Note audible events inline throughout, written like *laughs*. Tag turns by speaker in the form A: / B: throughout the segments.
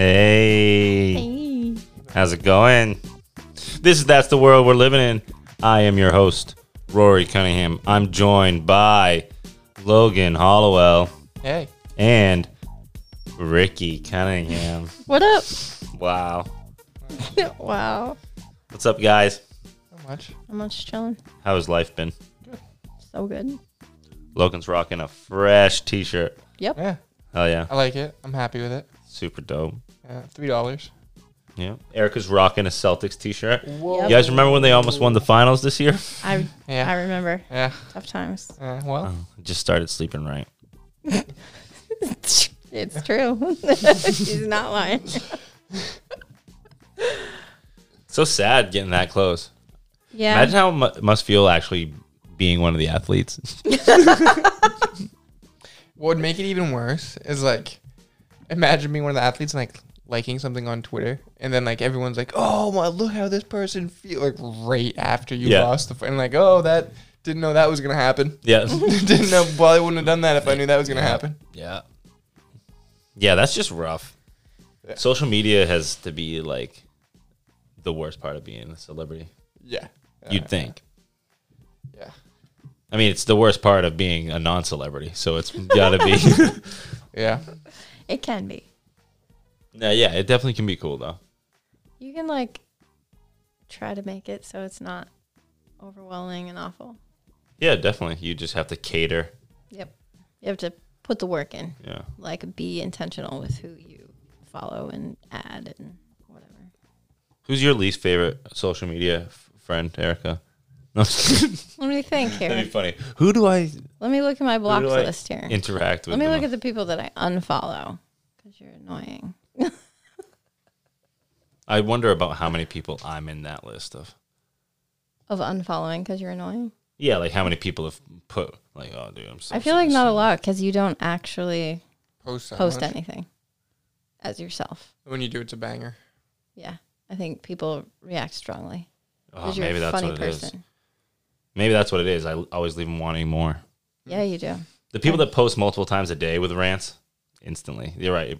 A: Hey. How's it going? This is That's the World We're Living in. I am your host, Rory Cunningham. I'm joined by Logan Hollowell
B: Hey.
A: and Ricky Cunningham.
C: What up? *laughs*
A: Wow.
C: wow.
A: What's up, guys?
B: How much?
C: I'm just chilling.
A: How has life been?
C: So good.
A: Logan's rocking a fresh t shirt.
C: Yep.
B: Yeah.
A: Hell yeah.
B: I like it. I'm happy with it.
A: Super dope.
B: Yeah, Three dollars.
A: Yeah. Erica's rocking a Celtics t shirt.
B: Whoa.
A: You guys remember when they almost won the finals this year? *laughs*
C: I I
B: Yeah.
C: remember
B: Yeah.
C: tough times.
B: *laughs* yeah. Well.
A: Just started sleeping right.
C: It's true. *laughs* She's not lying.
A: So sad getting that close.
C: Yeah.
A: Imagine how mu- it must feel actually being one of the
B: *laughs*
A: athletes.
B: What would make it even worse is like, imagine being one of the athletes and like liking something on Twitter, and then like everyone's like, "Oh, well, look how this person feel like right after you
A: Yeah.
B: lost the fight," and like, "Oh, that didn't know that was gonna happen. *laughs*
A: yeah.
B: didn't know. Probably wouldn't have done that if I knew that was gonna happen."
A: yeah. Yeah, that's just rough.
B: Yeah.
A: Social media has to be like the worst part of being a celebrity,
B: Yeah.
A: you'd think.
B: Yeah.
A: I mean, it's the worst part of being a non celebrity. So it's got to
B: *laughs*
A: be. *laughs*
B: Yeah.
C: it can be.
A: no, yeah, it definitely can be cool, though.
C: You can like try to make it so it's not overwhelming and awful.
A: Yeah, definitely. You just have to cater.
C: Yep. You have to put the work in.
A: Yeah.
C: Like be intentional with who you follow and add and whatever.
A: Who's your least favorite social media f- friend, Erica? *laughs* No, that'd
C: Let me think
A: be
C: here.
A: funny. Who do I
C: Let me look at my blocked
A: do I-
C: list here.
A: interact with?
C: Let me
A: the
C: look
A: mo-
C: at the people that I unfollow because you're annoying.
A: I wonder about how many people I'm in that list of.
C: Of unfollowing because you're annoying.
A: Yeah, like how many people have put like, oh, dude, I'm so.
C: I feel like not a lot because you don't actually
B: Post. that
C: post
B: much.
C: anything as yourself.
B: When you do, it's a banger.
C: Yeah, I think people react strongly
A: Oh,
C: because you're
A: maybe
C: a
A: that's
C: funny
A: what it is.
C: person.
A: Maybe that's what it is. I l- always leave them wanting more.
C: Yeah, you do.
A: The people that post multiple times a day with rants, instantly. You're right.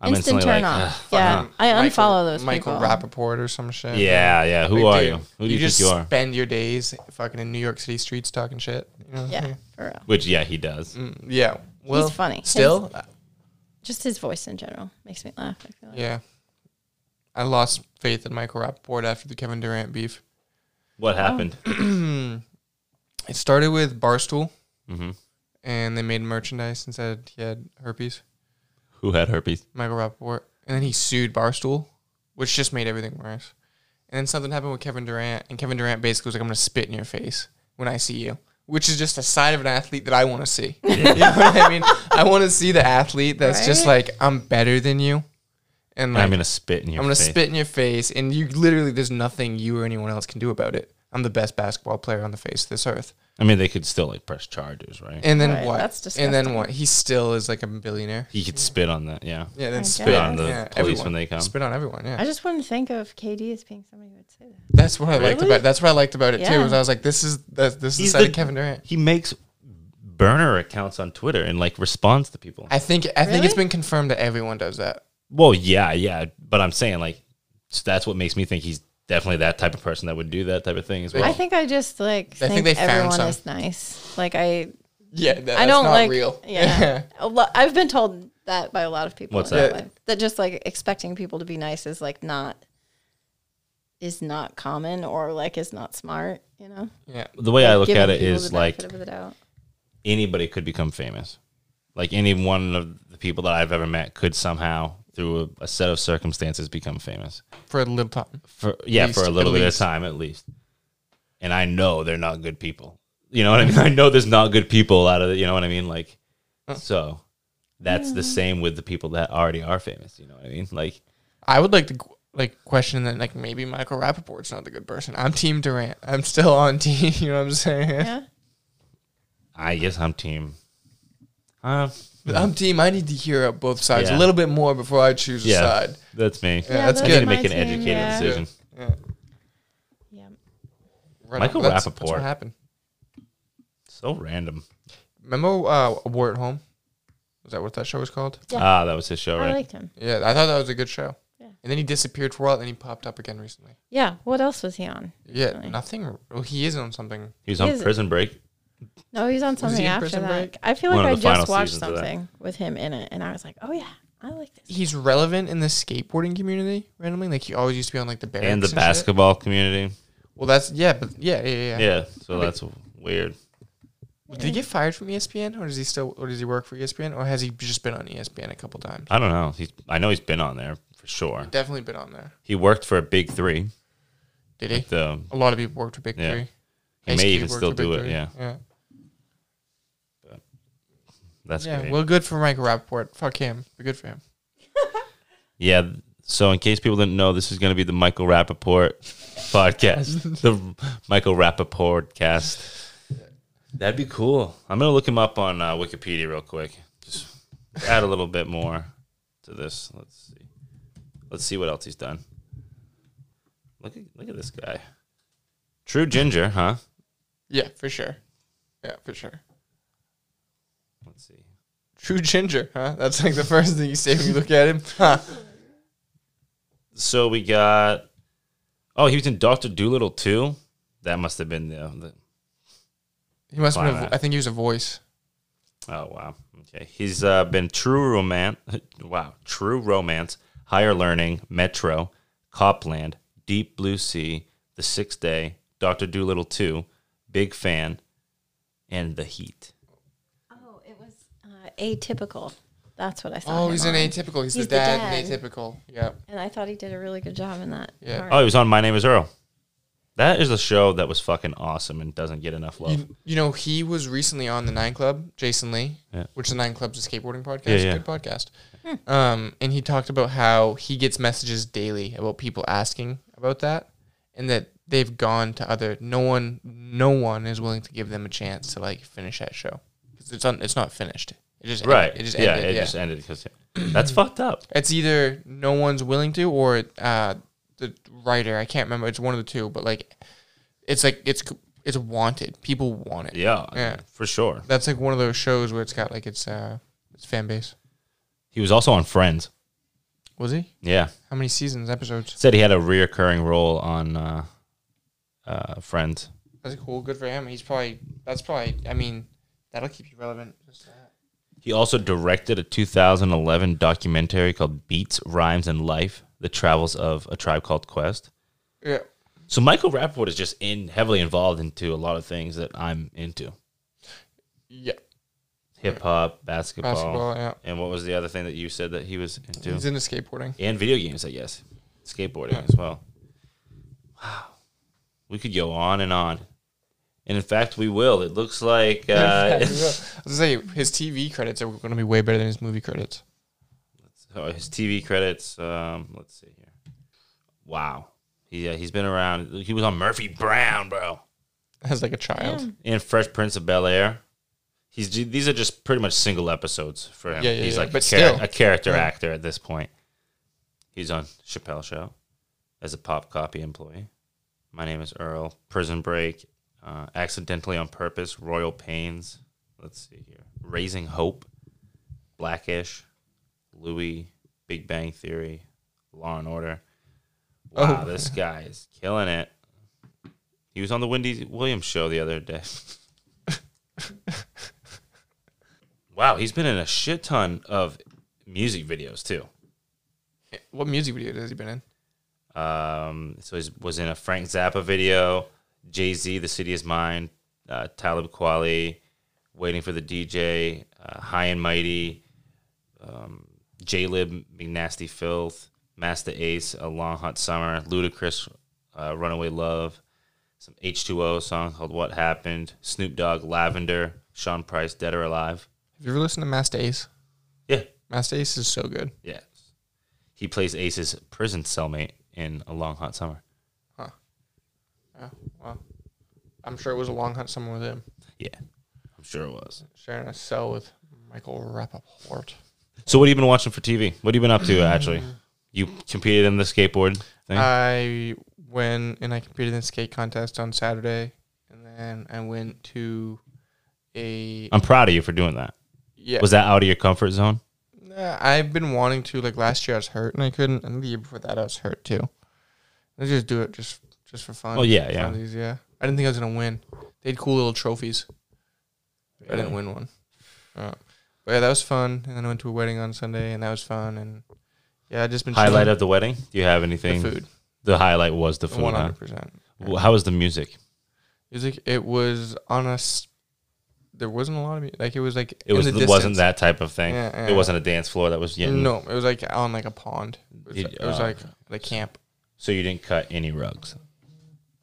A: I'm
C: Instant
A: instantly
C: turn
A: like,
C: off.
A: "Ugh, fuck
C: yeah,
A: off."
C: I
B: Michael-
C: unfollow those
B: Michael
C: people.
B: Rappaport or some shit.
A: Uh-huh. Yeah, yeah. Who
B: Like,
A: are
B: dude,
A: you? Who do you,
B: just
A: think you are?
B: spend your days fucking in New York City streets talking shit. You know?
C: Yeah, for real.
A: Which, yeah, he does.
B: Mm, yeah. Well,
C: funny.
B: Still, uh,
C: Just his voice in general makes me laugh. I feel like.
B: yeah. I lost faith in Michael Rappaport after the Kevin Durant beef.
C: Oh.
B: Hmm.
A: What happened?
B: it started with Barstool,
A: hmm
B: and they made merchandise and said he had herpes,
A: Who had herpes?
B: Michael Rappaport. And then he sued Barstool, which just made everything worse. And then something happened with Kevin Durant, and Kevin Durant basically was like, I'm going to spit in your face when I see you. Which is just a side of an athlete that I want to see. *laughs* you know what I mean? I want to see the athlete that's just like, I'm better than you. And like,
A: I'm gonna spit in your.
B: I'm gonna
A: face.
B: spit in your face, and you literally there's nothing you or anyone else can do about it. I'm the best basketball player on the face of this earth.
A: I mean, they could still like press charges, right?
B: And then
C: Right,
B: what?
C: that's
B: And
C: disgusting.
B: then what? He still is like a billionaire.
A: he could spit on that. Yeah.
B: Yeah,
C: I
B: then spit
C: guess.
B: on
A: On the
B: yeah,
A: police
B: everyone.
A: when they come.
B: Spit on everyone. Yeah,
C: I just wouldn't think of KD as being somebody who would say that.
B: that's what I liked
A: Really?
B: about. That's what I liked about it too.
C: Yeah.
B: Was I was like, this is that this is
A: He's
B: the side
A: the-
B: of Kevin Durant.
A: He makes burner accounts on Twitter and like responds to people.
B: I think I think it's
C: Really?
B: been confirmed that everyone does that.
A: Well, yeah, yeah, but I'm saying like so that's what makes me think he's definitely that type of person that would do that type of thing as well.
C: I think I just like
B: I
C: think,
B: think they found
C: everyone
B: some.
C: is nice. Like I
B: Yeah, that, that's
C: I don't
B: not
C: like
B: *laughs* real.
C: Yeah,
A: *laughs*
C: A lo- I've been told that by a lot of people.
A: What's
C: in my
B: that?
C: life. That just like expecting people to be nice is like not is not common or like is not smart. You know.
B: yeah.
A: the way I look
C: Giving
A: at it
C: people
A: is
C: the
A: like
C: benefit of the
A: *laughs*
C: doubt.
A: anybody could become famous. Like any one of the people that I've ever met could somehow through a, a set of circumstances become famous.
B: For a little time.
A: For yeah,
B: Least,
A: for a
B: at
A: little bit of
B: least.
A: time at least. And I know they're not good people. You know what I mean? *laughs* I know there's not good people out of the, you know what I mean? Like so that's the same with the people that already are famous, you know what I mean? Like
B: I would like to qu- like question that like maybe Michael Rappaport's not the good person. I'm Team Durant. I'm still on *laughs* team. You know what I'm saying?
C: Yeah.
A: I guess I'm team. Uh,
B: I'm team. I need to hear up both sides
A: Yeah.
B: a little bit more before I choose
A: yeah,
B: a side.
A: that's me.
B: Yeah, that's
C: those
A: I need to
C: are
B: good.
C: my
A: make an
C: team,
A: educated
C: yeah.
A: decision.
B: Yeah.
C: Yeah.
B: Right
A: Michael
B: on. That's- That's
A: Rappaport.
B: what happened.
A: So random.
B: Remember uh, War at Home? Was that what that show was called?
C: Yeah.
A: Ah, that was his show,
C: I
A: right?
C: liked him.
B: Yeah, I thought that was a good show. and then he disappeared for a while, and then he popped up again recently.
C: Yeah. What else was he on?
B: Yeah,
C: Really?
B: nothing. Well, he is on something.
A: He was on
C: Is-
A: Prison Break.
C: No, he's on
B: he
C: something
B: in
C: after
B: Prison
C: that.
B: Break?
C: I feel
A: One
C: like
A: of
C: I
A: the
C: just
A: final
C: watched
A: seasons of that.
C: something with him in it, and I was like, oh yeah, I like this.
B: He's relevant in the skateboarding community randomly. Like he always used to be on like the barracks
A: and the
B: shit.
A: basketball community.
B: Well, that's yeah, but yeah, yeah, yeah.
A: Yeah.
B: yeah.
A: so that's weird.
B: Did he get fired from E ESPN, or does he still, or does he work for E ESPN, or has he just been on E ESPN a couple times?
A: I don't know. He's I know he's been on there for sure.
B: Definitely been on there.
A: He worked for a big three.
B: Did he?
A: The
B: A lot of people worked for Big
A: Yeah.
B: Three.
A: He
B: Ice
A: may
B: Cube
A: even
B: worked
A: still
B: for Big
A: do it,
B: Three.
A: yeah.
B: Yeah.
A: that's
B: yeah.
A: great.
B: Well, good for Michael Rappaport. Fuck him. But good for him.
A: yeah. So in case people didn't know, this is going to be the Michael Rappaport podcast. The Michael Rappaport cast. That'd be cool. I'm gonna look him up on uh, Wikipedia real quick. Just add a little bit more to this. Let's see. Let's see what else he's done. Look at look at this guy. True Ginger, huh?
B: Yeah, for sure. Yeah, for sure.
A: Let's see.
B: True ginger, huh? That's like the first thing you say when you look at him. Huh.
A: So we got. Oh, he was in Doctor Doolittle too. That must have been the.
B: He must have been. A
A: Why
B: vo-
A: not?
B: I think he was a voice.
A: the oh wow. Okay, he's uh, been True Romance. *laughs* Wow, True Romance, Higher Learning, Metro, Copland, Deep Blue Sea, The Sixth Day, Doctor Doolittle two, Big Fan, and The Heat.
C: Oh, it was uh, atypical. That's what I saw.
B: Oh, he's in
C: an
B: Atypical. He's,
C: He's
B: the
C: the
B: dad, in
C: dad.
B: Atypical. Yeah.
C: and I thought he did a really good job in that.
B: Yeah.
C: part.
A: Oh, he was on My Name Is Earl. That is a show that was fucking awesome and doesn't get enough love.
B: You, you know, he was recently on the Nine Club, Jason Lee,
A: Yeah.
B: which the Nine Club's a skateboarding podcast.
A: Yeah, yeah.
B: Good podcast. Um, and he talked about how he gets messages daily about people asking about that, and that they've gone to other. No one, no one is willing to give them a chance to like finish that show because it's on. It's not finished. It just ended-
A: right?
B: It just
A: yeah,
B: ended.
A: it
B: yeah.
A: just ended because
B: *clears throat*
A: that's fucked up.
B: It's either no one's willing to, or uh, the writer. I can't remember. It's one of the two, but like, it's like it's it's wanted. People want it.
A: Yeah,
B: Yeah.
A: for sure.
B: That's like one of those shows where it's got like its uh its fan base.
A: He was also on Friends.
B: Was he?
A: Yeah,
B: How many seasons, episodes?
A: said he had a reoccurring role on uh, uh, Friends.
B: That's cool. Good for him. He's probably that's probably. I mean, that'll keep you relevant. Just that.
A: He also directed a 2011 documentary called Beats, Rhymes, and Life: The Travels of a Tribe Called Quest.
B: Yeah.
A: So Michael Rappaport is just in heavily involved into a lot of things that I'm into:
B: Yeah.
A: hip hop, basketball,
B: Basketball. Yeah.
A: and what was the other thing that you said that he was into?
B: He's into skateboarding.
A: and video games, I guess, skateboarding
B: Yeah.
A: as well. Wow, we could go on and on, and in fact, we will. It looks like *laughs*
B: I
A: uh,
B: was gonna say his TV credits are going to be way better than his movie credits. *laughs*
A: oh, his TV credits. Um, let's see here. Wow, he uh, he's been around. He was on Murphy Brown, bro,
B: As like a child.
A: and Fresh Prince of Bel Air. He's these are just pretty much single episodes for him.
B: Yeah, yeah,
A: he's
B: yeah,
A: like
B: but
A: a, char-
B: still.
A: a character
B: Yeah.
A: actor at this point. He's on Chappelle Show as a pop copy employee. My name is Earl. Prison Break, uh, Accidentally on Purpose, Royal Pains. Let's see here. Raising Hope, Blackish, Louis, Big Bang Theory, Law and Order. Wow,
B: Oh.
A: this guy is killing it. He was on the Wendy Williams show the other day. wow, he's been in a shit ton of music videos too.
B: What music video has he been in?
A: Um, so he was in a Frank Zappa video, Jay Z, The City Is Mine, uh, Talib Kweli, Waiting for the DJ, uh, High and Mighty, um, J Lib, McNasty Filth, Master Ace, A Long Hot Summer, Ludacris, uh, Runaway Love, some H2O song called What Happened, Snoop Dogg, Lavender, Sean Price, Dead or Alive.
B: Have you ever listened to Master Ace?
A: Yeah,
B: Master Ace is so good.
A: yeah. He plays Ace's prison cellmate in A Long Hot Summer.
B: Oh, well, I'm sure it was a long hunt somewhere with him.
A: Yeah, I'm sure it was.
B: Sharing a cell with Michael Rappaport.
A: So what have you been watching for TV? What have you been up to actually?
B: Mm-hmm.
A: You competed in the skateboard thing.
B: Uh, I went and I competed in a skate contest on Saturday, and then I went to a
A: I'm proud of you for doing that.
B: yeah.
A: Was that out of your comfort zone?
B: Nah, Nah, I've been wanting to. Like last year, I was hurt and I couldn't, and the year before that, I was hurt too. I just do it just just for fun.
A: Oh, yeah, yeah.
B: Funsies, yeah. I didn't think I was gonna win. They had cool little trophies. but I didn't win one. Uh, but yeah, that was fun. And then I went to a wedding on Sunday, and that was fun. And yeah, I just been
A: Highlight
B: chilling.
A: of the wedding? Do you have anything?
B: the food,
A: The highlight was the
B: one
A: food. Huh?
B: hundred percent.
A: Wh- How was the music?
B: Music. It was on us. There wasn't a lot of mu- like it was like
A: It was
B: in the
A: it wasn't
B: distance.
A: that type of thing.
B: Yeah, yeah.
A: It wasn't a dance floor that was getting.
B: No, it was like on like a pond. It was,
A: Did-
B: it was
A: uh,
B: like the camp.
A: So you didn't cut any rugs.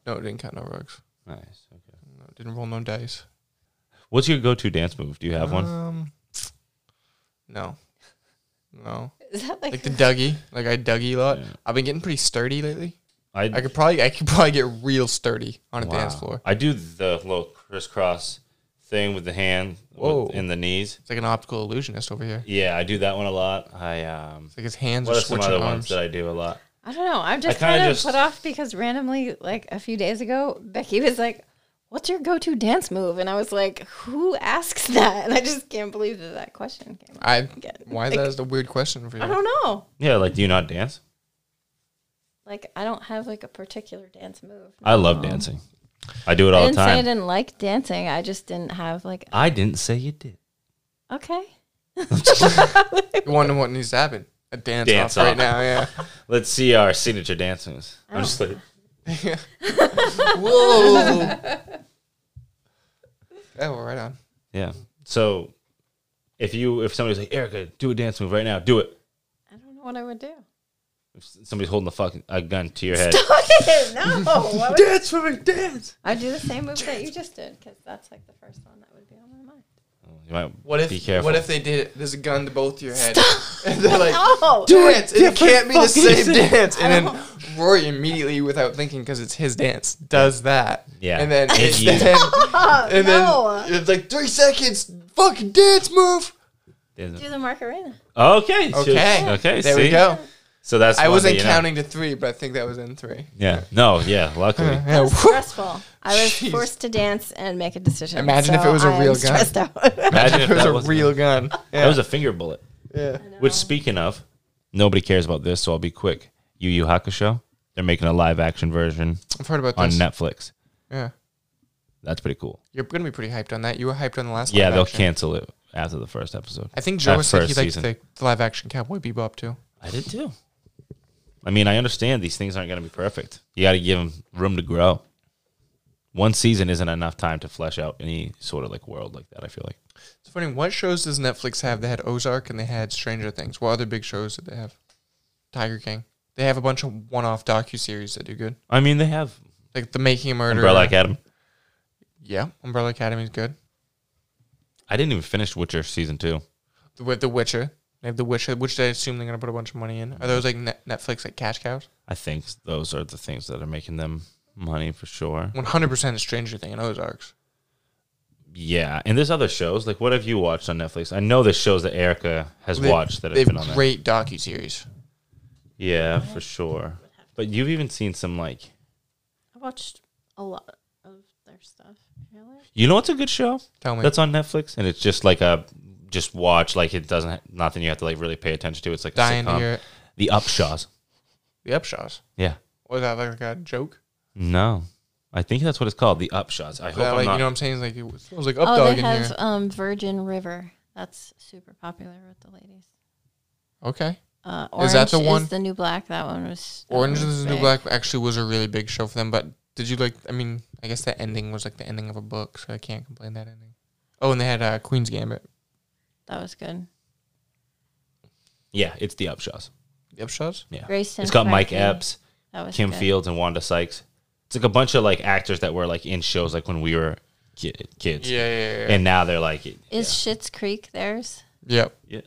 B: No, it didn't cut no rugs.
A: Nice. Okay.
B: No, it didn't roll no dice.
A: What's your go-to dance move? Do you have one?
B: Um, no, no.
C: Is that like,
B: Like the Dougie, like I Dougie a lot.
A: Yeah.
B: I've been getting pretty sturdy lately.
A: I,
B: I could probably, I could probably get real sturdy on a dance
A: wow.
B: floor.
A: I do the little crisscross thing with the hand
B: Whoa.
A: with, in the knees.
B: It's like an optical illusionist over here.
A: Yeah, I do that one a lot. I um.
B: It's like his hands
A: What
B: are
A: are some
B: switching
A: other
B: arms.
A: ones that I do a lot?
C: I don't know. I'm just
A: kinda
C: kind of
A: just-
C: put off because randomly, like a few days ago, Becky was like, "What's your go-to dance move?" And I was like, "Who asks that?" And I just can't believe that that question came. up.
B: I,
C: Get-
B: why
C: like-
B: that is a weird question for you?
C: I don't know.
A: Yeah, like do you not dance?
C: Like I don't have like a particular dance move.
A: I love dancing. I do it
C: I
A: all the
C: didn't say I
A: time.
C: didn't like dancing. I just didn't have like
A: I didn't say you did.
C: okay.
B: You wonder what needs to happen? A dance,
A: Dance
B: off,
A: off.
B: right now, yeah.
A: *laughs* Let's see our signature dance moves.
B: Oh.
A: I'm just like,
C: *laughs*
B: Whoa. yeah, we're right on.
A: yeah. So if you if somebody's like Erica, do a dance move right now, do it.
C: I don't know what I would do.
A: If s- somebody's holding a fucking a gun to your
C: *laughs*
A: head,
C: no, what would-
B: Dance for me, dance.
C: I'd do the same move that you just did because that's like the first one that would be on my mind.
A: you might
B: What if?
A: be careful.
B: What if they did it? There's a gun to both your heads, *laughs* and they're like,
C: No. Oh,
B: "Dance!" and it can't be the
A: fucking
B: same dance. And then Rory immediately, without thinking, because it's his dance, does that.
A: Yeah.
B: And then,
A: And
B: it,
A: you-
B: then and
C: no.
B: then it's like three seconds. Fucking dance move.
C: Do the Macarena.
A: okay, so-
B: Okay.
A: okay.
B: There
A: see?
B: we go.
A: So that's
B: I
A: one
B: wasn't
A: that you know.
B: counting to three, but I think that was
A: *laughs*
B: in three.
A: Yeah, no, yeah.
B: *laughs*
A: Luckily,
B: Yeah,
C: was stressful. I was
B: Jeez.
C: forced to dance and make a decision.
B: Imagine if
C: so
B: it was a
C: I am
B: real gun.
C: stressed out. *laughs*
A: imagine
B: It was a
A: wasn't-
B: real gun. Yeah.
A: That was a finger bullet.
B: yeah.
A: Which, speaking of, nobody cares about this, so I'll be quick. Yu Yu Hakusho, they're making a live action version
B: I've heard about
A: on
B: this.
A: Netflix.
B: yeah.
A: That's pretty cool.
B: You're gonna be pretty hyped on that. You were hyped on the last.
A: Yeah,
B: live
A: they'll
B: action.
A: cancel it after the first episode.
B: I think Joe
A: at
B: was saying he
A: first
B: liked
A: season.
B: the, the live action Cowboy Bebop too.
A: I did too. I mean, I understand these things aren't going to be perfect. You got to give them room to grow. One season isn't enough time to flesh out any sort of like world like that. I feel like
B: It's funny. What shows does Netflix have? They had Ozark and they had Stranger Things. What other big shows did they have? Tiger King. They have a bunch of one-off docu-series that do good,
A: I mean they have
B: like The Making of Murder.
A: Umbrella Academy.
B: Yeah, Umbrella Academy is good.
A: I didn't even finish Witcher season two.
B: The, with The Witcher, they have The Witcher, which they assume they're gonna put a bunch of money in. Are those like net, Netflix like cash cows?
A: I think those are the things that are making them money for sure.
B: One hundred percent Stranger Thing and Ozarks.
A: Yeah, and there's other shows. Like, what have you watched on Netflix? I know there's shows that Erica has
B: They-
A: watched that
B: They
A: have been
B: have
A: on there.
B: great docu-series.
A: Yeah, for sure. But you've even seen some like,
C: I watched a lot of their stuff. Really?
A: you know, what's a good show
B: Tell me.
A: that's on Netflix, and it's just like a just watch. Like it doesn't nothing you have to like really pay attention to. It's like a
B: Dying to
A: sitcom.
B: hear it.
A: The Upshaws.
B: The Upshaws.
A: Yeah.
B: Was that like a joke?
A: No, I think that's what it's called. The Upshaws. I hope
B: That,
A: I'm
B: like,
A: not.
B: you know what I'm saying? Like it smells like
C: Oh,
B: updog in
C: they have
B: here.
C: um, Virgin River. That's super popular with the ladies.
B: Okay.
C: Uh, Orange
B: Is that the one?
C: Is the new black. That one was. that
B: Orange
C: one
B: is
C: was
B: the New
C: big.
B: Black actually was a really big show for them, but did you like I mean, I guess the ending was like the ending of a book, so I can't complain that ending. Oh, and they had uh, Queen's Gambit.
C: That was good.
A: yeah, it's the Upshaws.
B: The upshots?
A: Yeah,
C: Grace and
A: it's got Mike
C: Frankie.
A: Epps,
C: That was
A: Kim
C: good.
A: Fields, and Wanda Sykes. It's like a bunch of like actors that were like in shows like when we were ki- kids,
B: Yeah, yeah, yeah.
A: and now they're like,
C: Is Schitt's Creek theirs?
B: yep.
A: that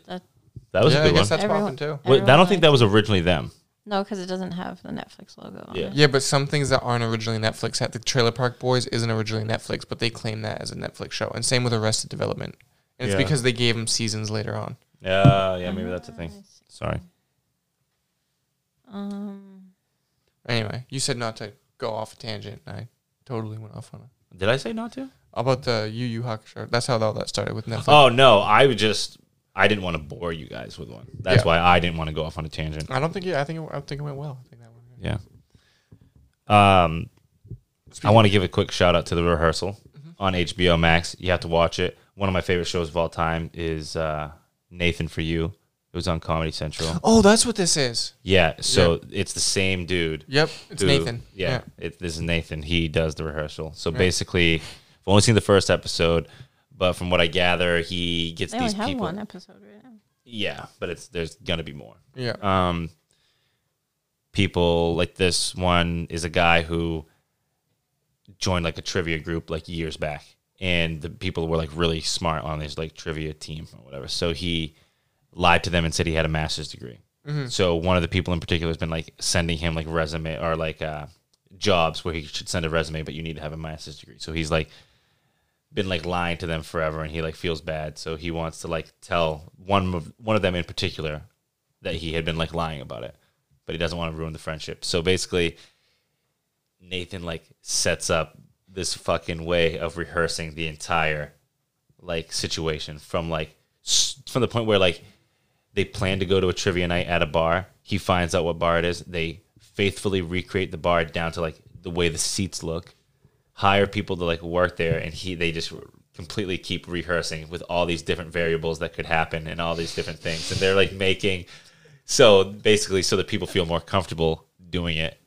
A: was
B: yeah,
A: a
B: I
A: good
B: guess
A: one.
B: that's
C: Everyone-
B: popping too.
A: Wait, I
C: Everyone
A: don't think that was originally them.
C: No, because it doesn't have the Netflix logo on
A: Yeah.
C: it.
B: Yeah, but some things that aren't originally Netflix had the Trailer Park Boys isn't originally Netflix, but they claim that as a Netflix show. And same with Arrested Development. And it's
A: Yeah.
B: because they gave them seasons later on.
A: Uh, yeah, maybe that's a thing. Sorry.
C: Um,
B: Anyway, you said not to go off a tangent, and I totally went off on it.
A: Did I say not to?
B: About the Yu Yu Hakusho. That's how all that started with Netflix.
A: Oh no, I would just I didn't want to bore you guys with one. That's
B: Yeah.
A: why I didn't want to go off on a tangent.
B: I don't think. Yeah, I think. It, I think it went well. I think that one.
A: Yeah. Um, I want to give a quick shout out to the rehearsal on HBO Max. You have to watch it. One of my favorite shows of all time is uh, Nathan for You. It was on Comedy Central. *laughs*
B: Oh, that's what this is.
A: Yeah, so it's the same dude.
B: Yep, it's
A: who-
B: Nathan.
A: Yeah, It, this is Nathan. He does the rehearsal. So basically, I've only seen the first episode, but from what I gather, he gets
C: They
A: these
C: only have
A: people.
C: one episode right now.
A: Yeah, but it's there's gonna be more
B: yeah. Uh, yeah.
A: um, people like this one is a guy who joined like a trivia group like years back and the people were like really smart on this like trivia team or whatever so he lied to them and said he had a master's degree so one of the people in particular has been like sending him like resume or like uh, jobs where he should send a resume but you need to have a master's degree so he's like been like lying to them forever and he like feels bad so he wants to like tell one of one of them in particular that he had been like lying about it but he doesn't want to ruin the friendship so basically nathan like sets up this fucking way of rehearsing the entire like situation from like s- from the point where like they plan to go to a trivia night at a bar he finds out what bar it is they faithfully recreate the bar down to like the way the seats look hire people to like work there and he they just completely keep rehearsing with all these different variables that could happen and all these different things and they're like making so basically so that people feel more comfortable doing it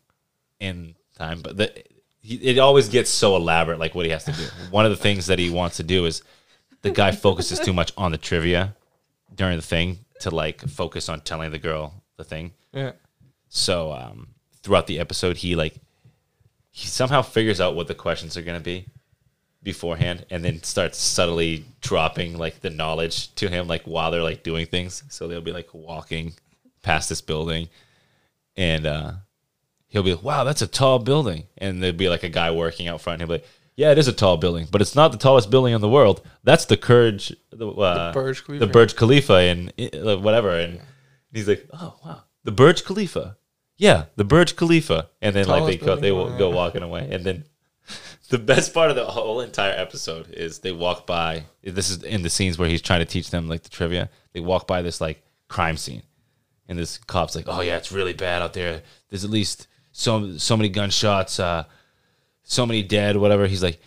A: in time but the, he- it always gets so elaborate like what he has to do one of the things that he wants to do is the guy focuses too much on the trivia during the thing to like focus on telling the girl the thing
B: yeah.
A: so um, throughout the episode, he like he somehow figures out what the questions are going to be beforehand, and then starts subtly dropping like the knowledge to him, like while they're like doing things. So they'll be like walking past this building, and uh, he'll be like, "Wow, that's a tall building," and there'll be like a guy working out front. And he'll be like, "Yeah, it is a tall building, but it's not the tallest building in the world. That's the Burj, the, uh,
B: The Burj Khalifa.
A: the Burj Khalifa, and uh, whatever." And he's like, "Oh wow, the Burj Khalifa." Yeah, the Burj Khalifa, and then like they
B: Tallest
A: go, they
B: building.
A: will go walking away, and then the best part of the whole entire episode is they walk by. This is in the scenes where he's trying to teach them like the trivia. They walk by this like crime scene, and this cop's like, "Oh yeah, it's really bad out there. There's at least so so many gunshots, uh, so many dead, whatever." He's like,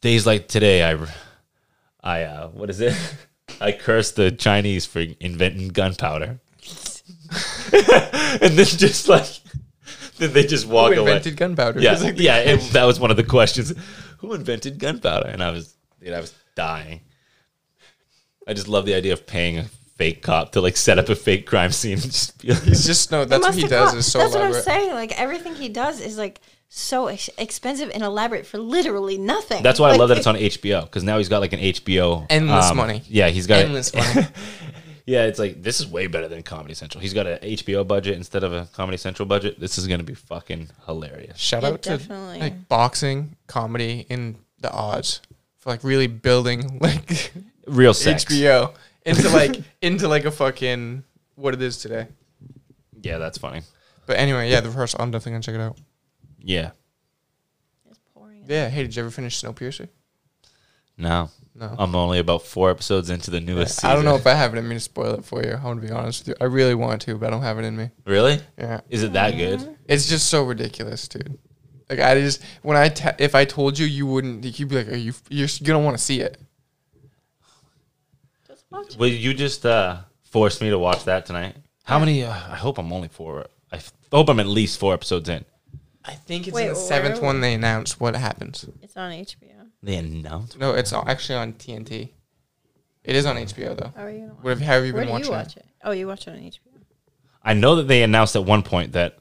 A: "Days like today, I, I uh, what is it? *laughs* I cursed the Chinese for inventing gunpowder." *laughs* and then just like, then they just walk
B: Who
A: away.
B: invented gunpowder?
A: Yeah,
B: It's like the-
A: yeah. It, that was one of the questions. Who invented gunpowder? And I was, dude, I was dying. I just love the idea of paying a fake cop to like set up a fake crime scene. *laughs* And just be like,
B: It's *laughs* just no. That's what
C: Must
B: he
C: have
B: does.
C: cost-
B: Is so
C: that's what I'm
B: elaborate.
C: saying. Like everything he does is like so ex- expensive and elaborate for literally nothing.
A: that's why I
C: Like,
A: love that it's on HBO because now he's got like an HBO
B: Endless money.
A: um, Yeah, he's got
B: Endless *laughs* money.
A: Yeah, it's like this is way better than Comedy Central. He's got an HBO budget instead of a Comedy Central budget. This is gonna be fucking hilarious.
B: Shout
C: Yeah,
B: out to
C: definitely.
B: like boxing, comedy, and the odds for like really building *laughs* like
A: Real sex.
B: *laughs* HBO into like into like a fucking what it is today.
A: Yeah, that's funny.
B: But anyway, yeah, the rehearsal. I'm definitely gonna check it out.
A: Yeah.
C: it's pouring.
B: Yeah. Hey, did you ever finish Snowpiercer?
A: No.
B: No.
A: I'm only about four episodes into the newest
B: I don't know
A: season.
B: if I have it in me to spoil it for you. I'm gonna be honest with you. I really want to, but I don't have it in me.
A: Really?
B: Yeah.
A: Is it that good?
B: It's just so ridiculous, dude. Like I just when I te- if I told you, you wouldn't. You'd be like, "Are you? You're, you don't want to see it."
C: Just watch it.
A: Will you just uh, force me to watch that tonight? How many? Uh, I hope I'm only four. I f- hope I'm at least four episodes in.
B: I think it's
C: Wait,
B: in the
C: where
B: seventh
C: are
B: one. They announced what happens.
C: It's on HBO.
A: They announced.
B: No, it's on- actually on TNT. It is on HBO though.
C: How are you gonna watch?
B: What have, how have you
C: Where
B: been
C: do
B: watching?
C: you
B: it?
C: watch it? Oh, you watch it on HBO.
A: I know that they announced at one point that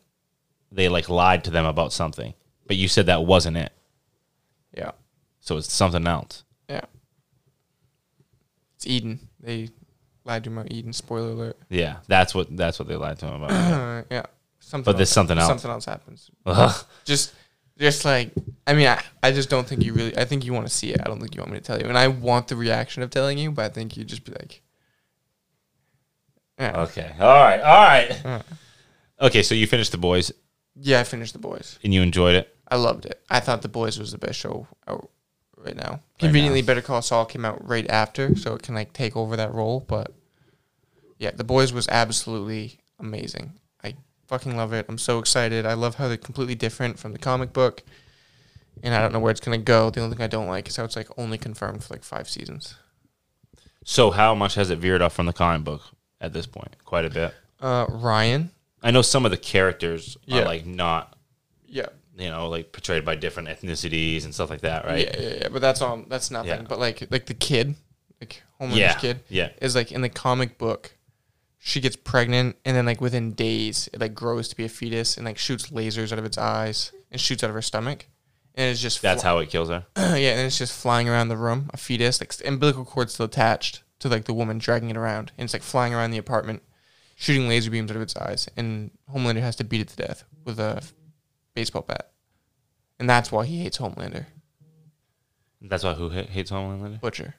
A: they like lied to them about something, but you said that wasn't it.
B: Yeah,
A: So it's something else.
B: yeah. It's Eden. They lied to him about Eden. Spoiler alert.
A: Yeah, that's what that's what they lied to them about.
B: Uh, *clears throat* yeah, something.
A: But there's
B: else-
A: something else.
B: Something else happens.
A: Ugh.
B: Just, just like I mean, I, I just don't think you really. I think you want to see it. I don't think you want me to tell you. And I want the reaction of telling you, but I think you just be like, yeah,
A: Okay. All right. All right. Okay, so you finished the boys
B: yeah. I finished the boys.
A: and you enjoyed it.
B: I loved it. I thought The Boys was the best show out right now. Conveniently, Better Call Saul came out right after, so it can like take over that role. But yeah, The Boys was absolutely amazing. I fucking love it. I'm so excited. I love how they're completely different from the comic book. And I don't know where it's gonna go. The only thing I don't like is how it's like only confirmed for like five seasons.
A: So how much has it veered off from the comic book at this point? Quite a bit.
B: Uh, Ryan.
A: I know some of the characters
B: Yeah.
A: are like not,
B: Yeah.
A: you know, like portrayed by different ethnicities and stuff like that, right?
B: Yeah, yeah, yeah. But that's all. That's nothing.
A: Yeah.
B: But like, like the kid, like homeless
A: Yeah,
B: kid,
A: yeah.
B: is like in the comic book. She gets pregnant, and then like within days, it like grows to be a fetus, and like shoots lasers out of its eyes, and shoots out of her stomach, and it's just
A: That's how it kills her.
B: *clears throat* yeah, and it's just flying around the room, a fetus, like the umbilical cord still attached to like the woman dragging it around, and it's like flying around the apartment, shooting laser beams out of its eyes, and Homelander has to beat it to death with a f- baseball bat, and that's why he hates Homelander
A: That's why who ha- hates Homelander?
B: Butcher.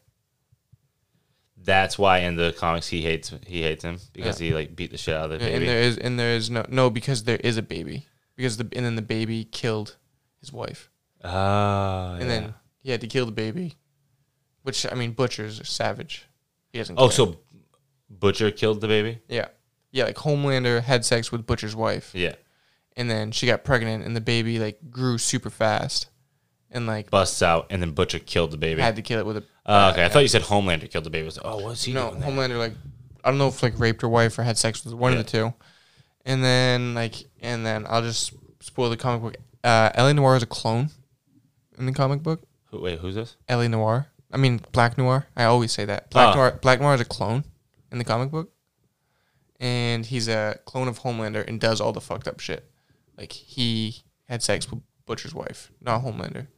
A: That's why in the comics he hates he hates him because he like beat the shit out of the
B: Yeah,
A: baby.
B: And there is and there is no no because there is a baby because the and then the baby killed his wife
A: Ah,
B: and then he had to kill the baby, which I mean butchers are savage. He doesn't.
A: oh,
B: care.
A: so Butcher killed the baby.
B: yeah, yeah. Like Homelander had sex with Butcher's wife,
A: Yeah,
B: and then she got pregnant, and the baby like grew super fast, and like
A: busts out and then Butcher killed the baby.
B: had to kill it with a.
A: Uh, okay, I thought you said Homelander killed the baby. I was like, oh, what's he
B: No,
A: doing? there?
B: Homelander like I don't know if like raped her wife or had sex with one
A: Yeah.
B: of the two, and then like and then I'll just spoil the comic book. Uh, Ellie Noir is a clone in the comic book.
A: Who, wait, who's this?
B: Ellie Noir. I mean Black Noir. I always say that. Black
A: Ah.
B: Noir. Black Noir is a clone in the comic book, and he's a clone of Homelander and does all the fucked up shit. Like he had sex with Butcher's wife, not Homelander.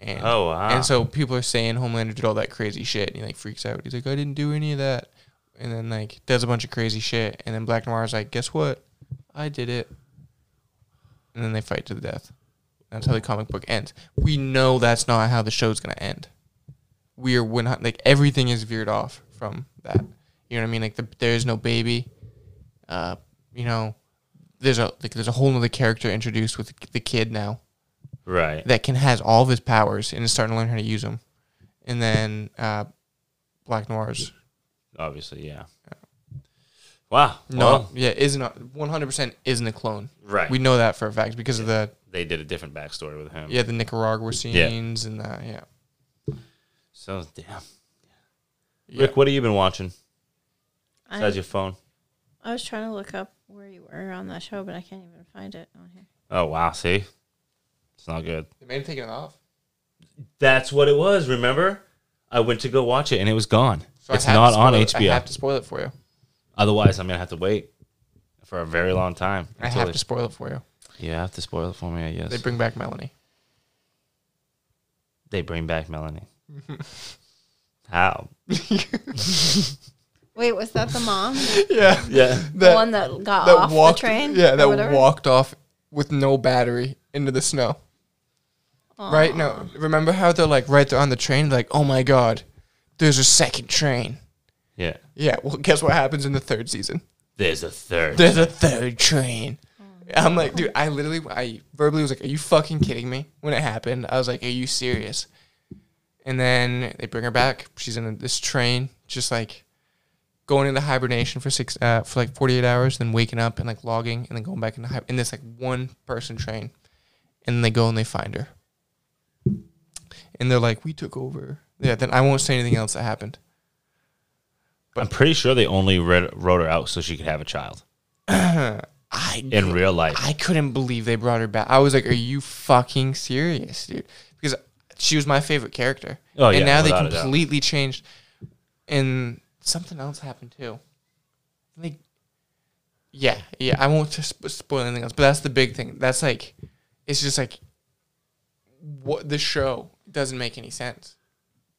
B: And,
A: Oh, wow.
B: And so people are saying Homelander did all that crazy shit, and he like freaks out. He's like, I didn't do any of that, and then like does a bunch of crazy shit, and then Black Noir is like, guess what, I did it. And then they fight to the death. That's how the comic book ends. We know that's not how the show's gonna end. We are when like everything is veered off from that. You know what I mean? Like the, there is no baby. Uh, you know, there's a like there's a whole other character introduced with the kid now
A: Right.
B: that can has all of his powers and is starting to learn how to use them. And then uh, Black Noir's
A: Obviously, yeah. Wow.
B: no,
A: well,
B: yeah, isn't one hundred percent isn't a clone.
A: Right.
B: We know that for a fact because of the
A: they did a different backstory with him.
B: yeah the Nicaragua scenes and the yeah.
A: So damn.
B: Yeah.
A: Rick, what have you been watching
C: I,
A: besides your phone?
C: I was trying to look up where you were on that show, but I can't even find it on here.
A: Oh wow, see, it's not good.
B: They made him take it off.
A: That's what it was. Remember, I went to go watch it and it was gone.
B: So I
A: it's
B: have to
A: not on
B: spoil it-
A: HBO.
B: I have to spoil it for you.
A: Otherwise, I'm gonna have to wait for a very long time.
B: I
A: until
B: have
A: they-
B: to spoil it for you.
A: You have to spoil it for me, I guess.
B: They bring back
C: *laughs*
B: Melanie.
A: They bring back *laughs* Melanie. How?
C: Wait, was
B: *laughs*
C: that the mom?
B: Yeah,
A: Yeah.
C: the one that got off
B: walked,
C: the train?
B: Yeah,
C: or
B: that
C: whatever?
B: walked off with no battery into the snow. Right? No. Remember how they're like right there on the train, like, oh my god, there's a second train.
A: Yeah.
B: Yeah, well guess what happens in the third season?
A: There's a third.
B: There's a third train. I'm like, dude, I literally I verbally was like, Are you fucking kidding me? When it happened, I was like, Are you serious? And then they bring her back. She's in this train, just like going into hibernation for six uh, for like 48 hours, then waking up and like logging and then going back into hib- in this like one person train. And they go and they find her. And they're like, We took over. Yeah, then I won't say anything else that happened.
A: I'm pretty sure they only read, wrote her out so she could have a child
B: I
A: in real life.
B: I couldn't believe they brought her back. I was like, "Are you fucking serious, dude?" Because she was my favorite character.
A: Oh,
B: and
A: yeah,
B: now they
A: without a doubt.
B: completely changed. And something else happened too. Like, yeah, yeah. I won't just sp- spoil anything else, but that's the big thing. That's like, it's just like, what the show doesn't make any sense.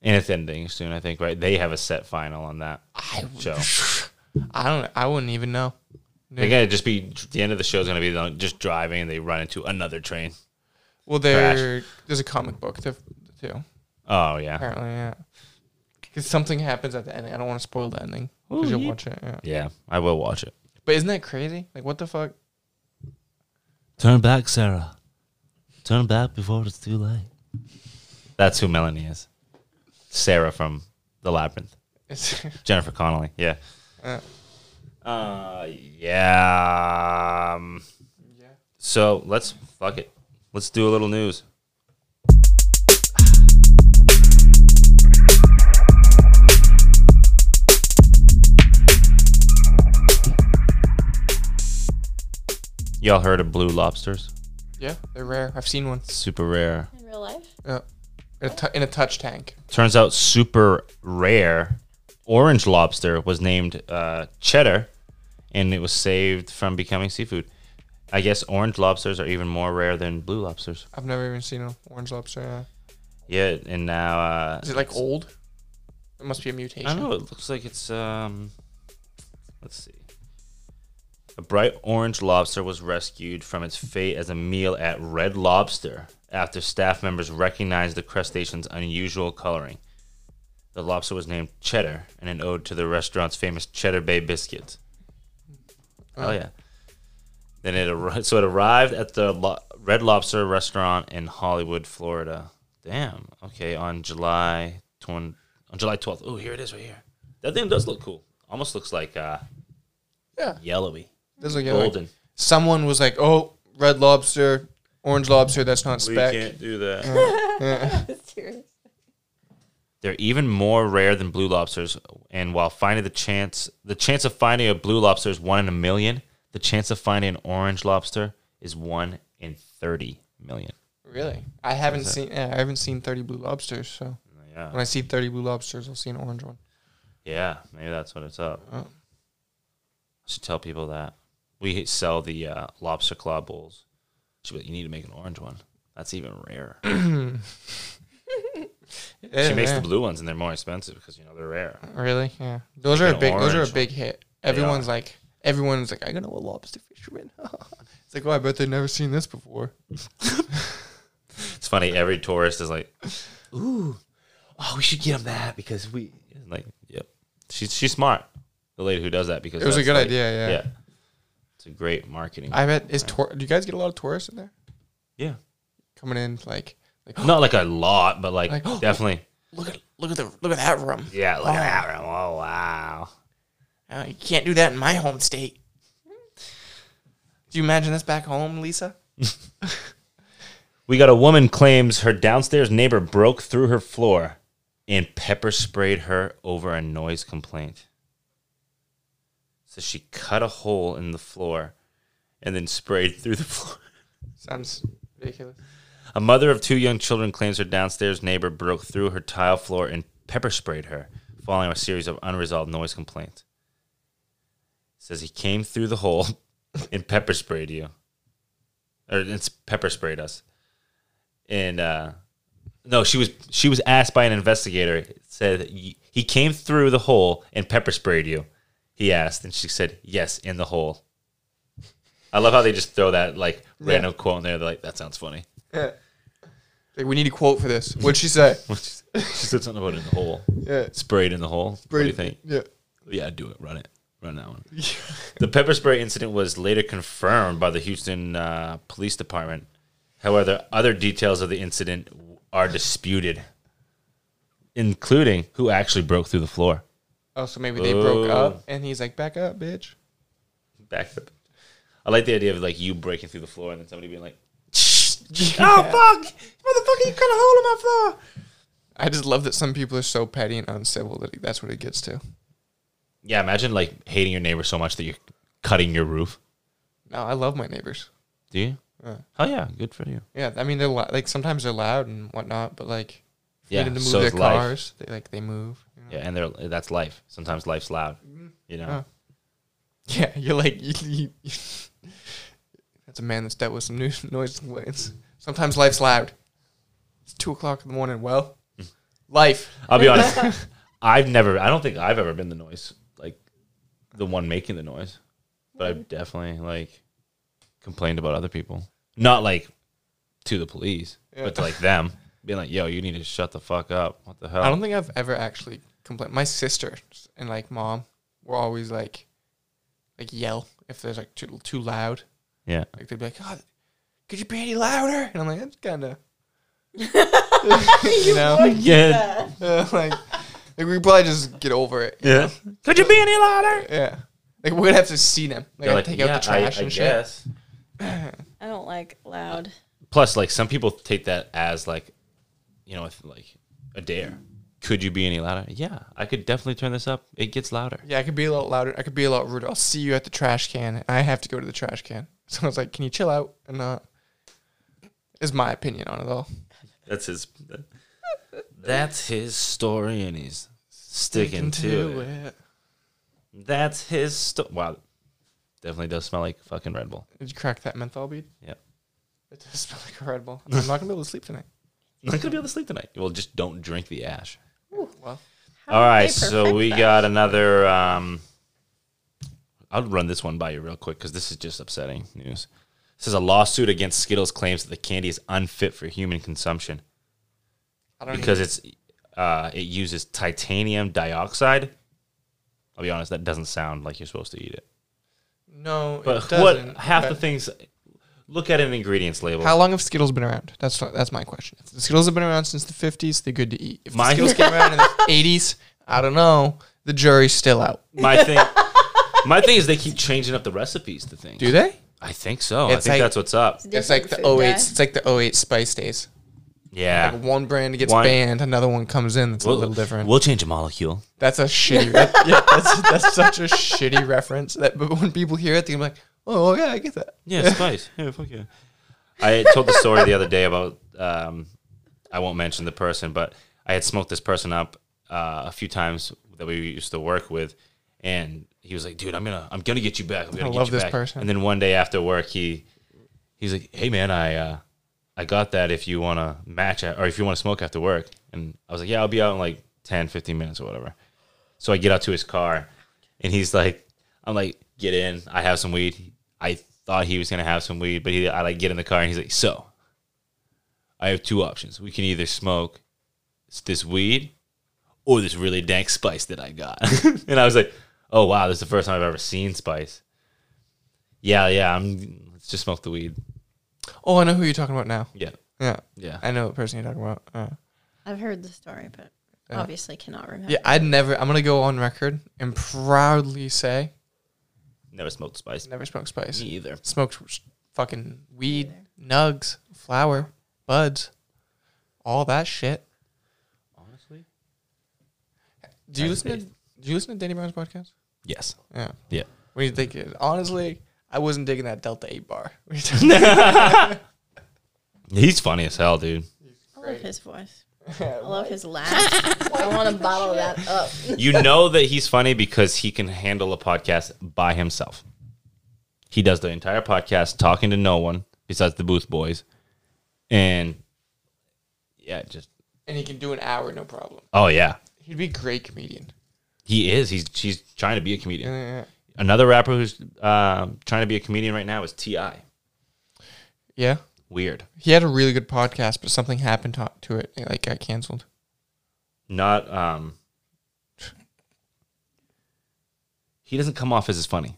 A: and it's ending soon, I think, right? They have a set final on that
B: I
A: show.
B: I don't. I wouldn't even know.
A: They're going to just be, the end of the show is going to be them just driving and they run into another train.
B: Well, there, there's a comic book there too.
A: Oh, yeah.
B: Apparently, yeah. Because something happens at the ending. I don't want to spoil the ending because you'll watch it. Yeah.
A: Yeah, I will watch it.
B: But isn't that crazy? Like, what the fuck? *laughs*
A: Turn back, Sarah. Turn back before it's too late. That's who Melanie is. Sarah from The Labyrinth.
B: It's,
A: Jennifer Connelly. Yeah.
B: Yeah.
A: Uh, yeah. um,
B: Yeah.
A: so let's fuck it. Let's do a little news. Y'all heard of blue lobsters?
B: Yeah, they're rare. I've seen one
A: Super rare.
C: In real life? *laughs*
B: uh, in, a tu- in a touch tank.
A: Turns out super rare orange lobster was named uh, cheddar and it was saved from becoming seafood. I guess orange lobsters are even more rare than blue lobsters.
B: I've never even seen an orange lobster. yeah.
A: Yeah, and now uh,
B: Is it like old? It must be a mutation.
A: I don't know. It looks like it's um. Let's see. A bright orange lobster was rescued from its fate as a meal at Red Lobster after staff members recognized the crustacean's unusual coloring. The lobster was named Cheddar in an ode to the restaurant's famous Cheddar Bay biscuit. Oh,
B: Oh.
A: yeah. Then it arri- so it arrived at the Lo- Red Lobster restaurant in Hollywood, Florida. Damn. Okay, on July 20, on July 12th. Oh, here it is right here. That thing does look cool. Almost looks like uh
B: Yeah.
A: yellowy,
B: There's like a,
A: golden.
B: someone was like, "Oh, red lobster, orange lobster. That's not spec."
A: do that.
C: Seriously.
A: They're even more rare than blue lobsters, and while finding the chance, the chance of finding a blue lobster is one in a million. The chance of finding an orange lobster is one in thirty million.
B: Really? I haven't seen. Yeah, I haven't seen thirty blue lobsters. So when
A: Yeah,
B: I see thirty blue lobsters, I'll see an orange one.
A: yeah, maybe that's what it's up. I
B: Oh.
A: should tell people that we sell the uh, lobster claw bowls. She'd be like, you need to make an orange one. That's even rarer. she
B: Yeah,
A: makes
B: yeah.
A: the blue ones, and they're more expensive because you know they're rare.
B: Really? Yeah. Those
A: Like
B: are a
A: an
B: big. Those are
A: orange.
B: a big hit.
A: They are.
B: Everyone's like, everyone's like, I gotta know a lobster fisherman. *laughs* it's like, oh, I bet they've never seen this before.
A: It's funny. Every tourist is like, "Ooh, oh, we should get him that because we like." Yep, she's she's smart. The lady who does that because
B: It was a
A: that's,
B: good
A: like-
B: idea. Yeah.
A: Yeah, it's a great marketing.
B: I bet is tour. Do you guys get a lot of tourists in there
A: yeah,
B: coming in? Like, like *gasps*
A: not like a lot, but like,
B: Like, *gasps*
A: definitely.
B: look at look at the look at that room.
A: Yeah, look at that. Oh wow.
B: Uh, you can't do that in my home state. Do you imagine this back home, Lisa?
A: We got a woman claims her downstairs neighbor broke through her floor and pepper sprayed her over a noise complaint. So she cut a hole in the floor and then sprayed through the *laughs* floor.
B: Sounds ridiculous.
A: A mother of two young children claims her downstairs neighbor broke through her tile floor and pepper sprayed her, following a series of unresolved noise complaints. Says he came through the hole *laughs* and pepper sprayed you. Or it's pepper sprayed us. And uh no, she was she was asked by an investigator. It said "Y- he came through the hole and pepper sprayed you. He asked, and she said, "Yes, in the hole." I love how they just throw that like random quote in there. They're like, "That sounds funny."
B: Like, we need a quote for this. What'd
A: *laughs*
B: she say?
A: she said something about in the hole.
B: yeah.
A: Sprayed in the hole. What do you think?
B: Yeah.
A: Yeah, do it. Run it. Run that one. the pepper spray incident was later confirmed by the Houston uh, Police Department. However, other details of the incident are disputed, including who actually broke through the floor.
B: Oh, so maybe they broke
A: Oh.
B: up, and he's like, "Back up, bitch."
A: Back up. I like the idea of like you breaking through the floor and then somebody being like,
B: Yeah.
A: "Oh fuck, motherfucker, you cut a hole in my floor."
B: I just love that some people are so petty and uncivil that that's what it gets to.
A: Yeah, imagine like hating your neighbor so much that you're cutting your roof.
B: No, I love my neighbors.
A: Do you?
B: Yeah.
A: Hell yeah, good for you.
B: Yeah, I mean they're li- like sometimes they're loud and whatnot, but like
A: Yeah,
B: freedom to move
A: so
B: their
A: is life.
B: cars, they like they move. you know?
A: Yeah, and they're, that's life. Sometimes life's loud, you know.
B: Yeah. Yeah, *laughs* you're like you, you- you- that's a man that's dealt with some new *laughs* noise complaints. Sometimes life's loud. It's two o'clock in the morning. Well,
A: Hmm.
B: life.
A: I'll be
B: *laughs*
A: honest. I've never. I don't think I've ever been the noise, like the one making the noise. But I've definitely like complained about other people, not like to the police,
B: Yeah.
A: but to like them, being like, "Yo, you need to shut the fuck up. What the hell?"
B: I don't think I've ever actually complained. My sister and like mom were always like, like yell if there's like too too loud.
A: yeah,
B: Like they'd be like, "God, could you be any louder?" And I'm *laughs* like, "That's kind of." *laughs* you know,
A: yeah.
B: Uh, like Like we probably just get over it.
A: Yeah. Could you be any louder?
B: Yeah. Like we're gonna have to see them. Like,
A: They're
B: I
A: like,
B: take
A: "Yeah,
B: out the trash
A: I,
B: and
A: I
B: shit.
A: guess.
C: I don't like loud.
A: Plus, like some people take that as like, you know, if, like a dare. Could you be any louder? Yeah, I could definitely turn this up. It gets louder.
B: Yeah, I could be a lot louder. I could be a lot ruder. I'll see you at the trash can. And I have to go to the trash can. *laughs* So I was like, can you chill out and not? Is my opinion on it all.
A: That's his. That's his story, and he's sticking to it. That's his story. Wow, definitely does smell like fucking Red Bull.
B: Did you crack that menthol bead?
A: Yep.
B: It does smell like a Red Bull. I'm not gonna be able to sleep tonight.
A: Not gonna be able to sleep tonight. Well, just don't drink the ash.
B: Well,
C: How
A: All
C: did
A: right,
C: they
A: so
C: perfect
A: we
C: that?
A: got another. Um, I'll run this one by you real quick because this is just upsetting news. This is a lawsuit against Skittles claims that the candy is unfit for human consumption
B: I don't
A: because it's uh, it uses titanium dioxide. I'll be honest, that doesn't sound like you're supposed to eat it.
B: even- no.
A: But
B: it doesn't,
A: what half the
B: but-
A: things? Look at an ingredients label.
B: How long have Skittles been around? That's what- that's my question. If the Skittles have been around since the 50s, they're good to eat. If
A: Mine-
B: the Skittles came around
A: *laughs*
B: in the 80s, I don't know. The jury's still out. *laughs*
A: my thing, my thing is they keep changing up the recipes to things.
B: Do they?
A: I think so. I
B: It's
A: think
B: like-
A: that's what's up.
B: It's like the
C: Different food
B: 08.
C: guy.
B: It's like the 08 Spice Days.
A: Yeah,
B: Like one brand gets
A: One-
B: banned, another one comes in that's a little different.
A: We'll change a molecule.
B: That's a shitty. Re- *laughs* yeah, that's that's such a shitty reference. That but when people hear it, they're like, "Oh, yeah, I get that."
A: *laughs* Yeah, spice. yeah, fuck yeah. I told the story the other day about um, I won't mention the person, but I had smoked this person up uh, a few times that we used to work with, and he was like, "Dude, I'm gonna, I'm gonna get you back. I'm gonna
B: I
A: get
B: love
A: you
B: this
A: back."
B: person.
A: And then one day after work, he he's like, "Hey man, I uh, I got that. If you wanna match at, or if you wanna smoke after work," and I was like, "Yeah, I'll be out in like 10, 15 minutes or whatever." So I get out to his car, and he's like, "I'm like, get in. I have some weed. I thought he was gonna have some weed, but he, I like get in the car, and he's like, so." I have two options. We can either smoke this weed or this really dank spice that I got. *laughs* and I was like, oh, wow, this is the first time I've ever seen spice. Yeah, yeah, I'm, let's just smoke the weed.
B: Oh, I know who you're talking about now.
A: Yeah,
B: Yeah,
A: yeah.
B: I know the person you're talking about. Uh,
C: I've heard the story, but
B: Yeah.
C: obviously cannot remember.
B: yeah, I'd never. I'm gonna go on record and proudly say
A: Never smoked spice.
B: never smoked spice.
A: Me either.
B: Smoked s- fucking weed, nugs, flower, buds, all that shit.
A: Honestly?
B: Do you
A: I
B: listen to
A: see.
B: Do you listen to Danny Brown's podcast?
A: Yes.
B: Yeah.
A: Yeah.
B: What do you think? it- Honestly, I wasn't digging that Delta Eight bar. *laughs*
A: He's funny as hell, dude.
C: I love his
B: *laughs*
C: voice. I love his laugh. I want to bottle that up.
A: You know that he's funny because he can handle a podcast by himself. He does the entire podcast talking to no one besides the Booth Boys. And yeah, just
B: and he can do an hour, no problem.
A: oh yeah.
B: He'd be a great comedian.
A: He is. He's she's trying to be a comedian.
B: Yeah,
A: Another rapper who's um, trying to be a comedian right now is T.I.
B: yeah.
A: Weird.
B: He had a really good podcast, but something happened to, to it. It like got canceled.
A: Not um He doesn't come off as as funny.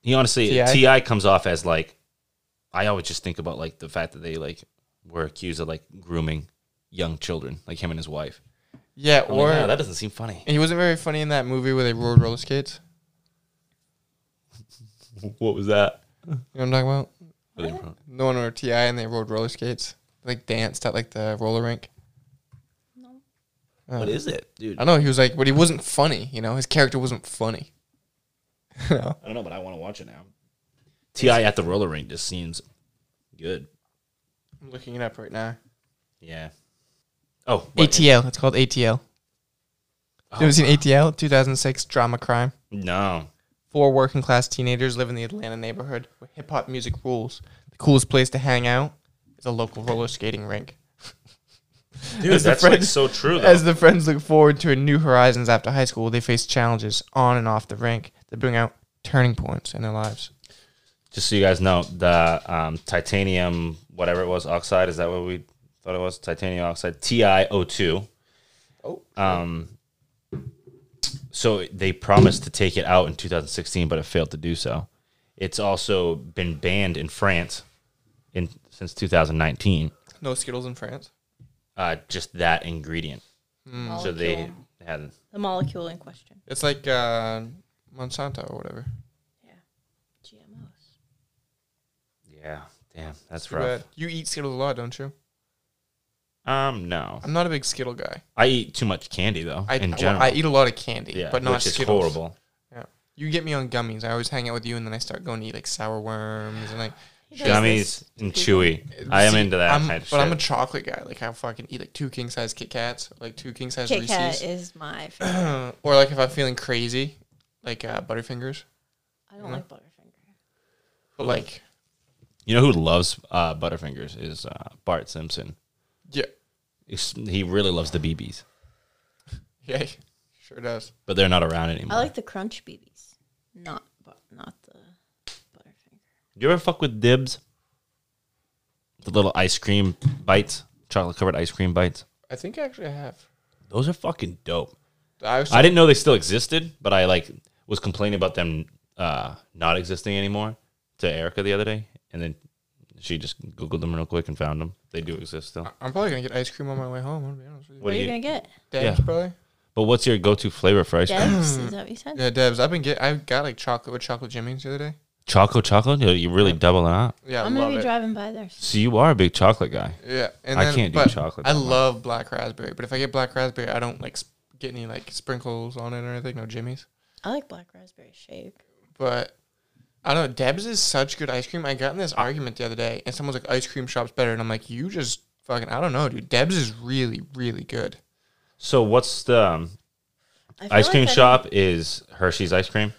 A: He honestly
B: T.I.?
A: T.I. comes off as like I always just think about like the fact that they like were accused of like grooming young children, like him and his wife.
B: Yeah,
A: I'm
B: or
A: like, "Nah, Oh, that doesn't seem
B: *laughs*
A: funny. *laughs*
B: and he wasn't very funny in that movie where they rode roller skates.
A: What was that?
B: You know what I'm talking about? No one or Ti, and they rode roller skates. Like danced at like the roller rink.
A: What is it, dude?
B: I know he was like, but he wasn't funny. You know, his character wasn't funny. *laughs* you know,
A: I don't know, but I want to watch it now. Ti at the roller rink just seems good.
B: I'm looking it up right now.
A: Yeah. Oh, what-
B: ATL. It's called ATL. You ever seen ATL? 2006 drama crime.
A: no.
B: Four working class teenagers live in the Atlanta neighborhood where hip hop music rules. The coolest place to hang out is a local roller skating rink.
A: Dude,
B: As the
A: that's like
B: friend-
A: so true. Though.
B: As the friends look forward to a new horizons after high school, they face challenges on and off the rink that bring out turning points in their lives.
A: Just so you guys know, the um, titanium, whatever it was, oxide. Is that what we thought it was? Titanium oxide, TiO2.
B: Oh.
A: Um. So they promised to take it out in 2016, but it failed to do so. It's also been banned in France in since 2019.
B: No Skittles in France. Oh,
A: uh, just that ingredient. So they had
C: The molecule in question.
B: It's like uh, Monsanto or whatever.
C: GMOs.
A: yeah, damn, that's
B: Too
A: rough.
B: bad. You eat Skittles a lot, don't you?
A: Um, no,
B: I'm not a big Skittle guy.
A: I eat too much candy though.
B: I,
A: in
B: well,
A: general,
B: I eat a lot of candy,
A: yeah,
B: but not
A: which is
B: Skittles.
A: horrible.
B: You get me on gummies. I always hang out with you, and then I start going to eat like sour worms and like.
A: Gummies and
C: people.
A: chewy. I am
B: See,
A: into that
B: I'm-
A: kind of
B: but
A: shit.
B: I'm a chocolate guy. Like I fucking eat like two king size Kit Kats, like two king size
C: Kit Kat
B: Reese's,
C: is
B: *coughs*
C: my favorite.
B: *clears throat* or like if I'm feeling crazy, like uh, Butterfingers.
C: I don't like Butterfinger.
B: But like,
A: you know who loves uh, Butterfingers is uh, Bart Simpson.
B: yeah, *laughs*
A: He's- He really loves the BBs,
B: yeah, sure does.
A: but they're not around anymore.
C: I like the Crunch BBs, not bu- not the Butterfinger.
A: you ever fuck with dibs? The little ice cream bites, chocolate covered ice cream bites.
B: I think actually I have.
A: Those are fucking dope.
B: I was
A: I didn't know they still existed, but I like was complaining about them uh, not existing anymore to Erica the other day, and then she just googled them real quick and found them. They do exist still.
B: I'm probably gonna get ice cream on my way home. I'm gonna be honest with you.
A: What
C: What, are
A: do
C: you,
A: you- *coughs*
C: gonna get?
B: Debs
A: Yeah.
B: probably.
A: But what's your go-to flavor for ice cream?
C: Debs? is that what you said?
B: Yeah, Debs. I've been get. I got like chocolate with chocolate jimmies the other day.
A: Choco chocolate? You- You really doubling up.
B: Yeah,
C: I'm
B: love
C: gonna be
B: it.
C: driving by there.
A: So you are a big chocolate guy.
B: Yeah, and
A: I
B: then,
A: can't do
B: but
A: chocolate
B: I
A: that much.
B: love black raspberry, but if I get black raspberry, I don't like sp- get any like sprinkles on it or anything. No jimmies.
C: I like black raspberry shake.
B: but I don't know. Deb's is such good ice cream. I got in this argument the other day, and someone's like, "Ice cream shop's better," and I'm like, "You just fucking I don't know, dude. Deb's is really, really good.
A: So what's the um,
C: I feel
A: ice
C: like
A: cream
C: I-
A: shop? Is Hershey's ice cream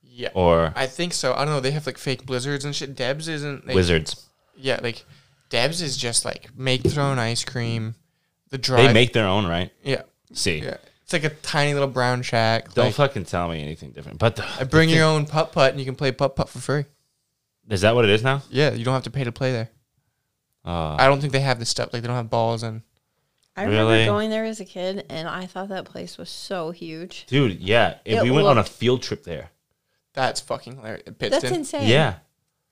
B: Yeah,
A: or
B: I think so. I don't know. They have like fake blizzards and shit. Deb's isn't like,
A: Wizards?
B: Yeah, like Deb's is just like make their own ice cream. The dry.
A: They make their own, right?
B: Yeah,
A: See,
B: yeah. It's like a tiny little brown shack.
A: don't
B: like,
A: fucking tell me anything different. But the,
B: bring your own putt putt, and you can play putt putt for free.
A: is that what it is now?
B: Yeah, you don't have to pay to play there.
A: Uh,
B: I don't think they have this stuff. Like they don't have balls and
C: I remember
A: Really?
C: going there as a kid, and I thought that place was so huge.
A: dude, yeah, and
C: It
A: we went on a
C: looked-
A: field trip there.
B: that's fucking hilarious. Pittston.
C: That's insane.
A: Yeah,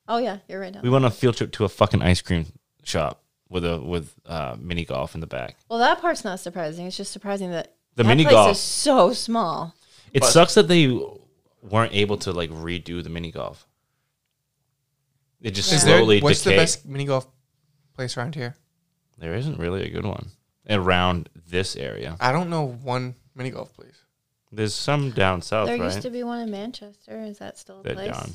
C: Oh yeah, you're right. Down.
A: we went on a field trip to a fucking ice cream shop with a with uh, mini golf in the back.
C: Well, that part's not surprising. It's just surprising that
A: The
C: that
A: mini
C: place
A: golf.
C: is so small.
A: It sucks that they weren't able to like redo the mini golf. It just
B: Is there,
A: slowly
B: what's
A: decayed.
B: the best mini golf place around here?
A: There isn't really a good one around this area.
B: I don't know one mini golf place.
A: There's some down south,
C: there
A: right?
C: used to be one in Manchester. Is that still a
A: They're
C: place?
A: done.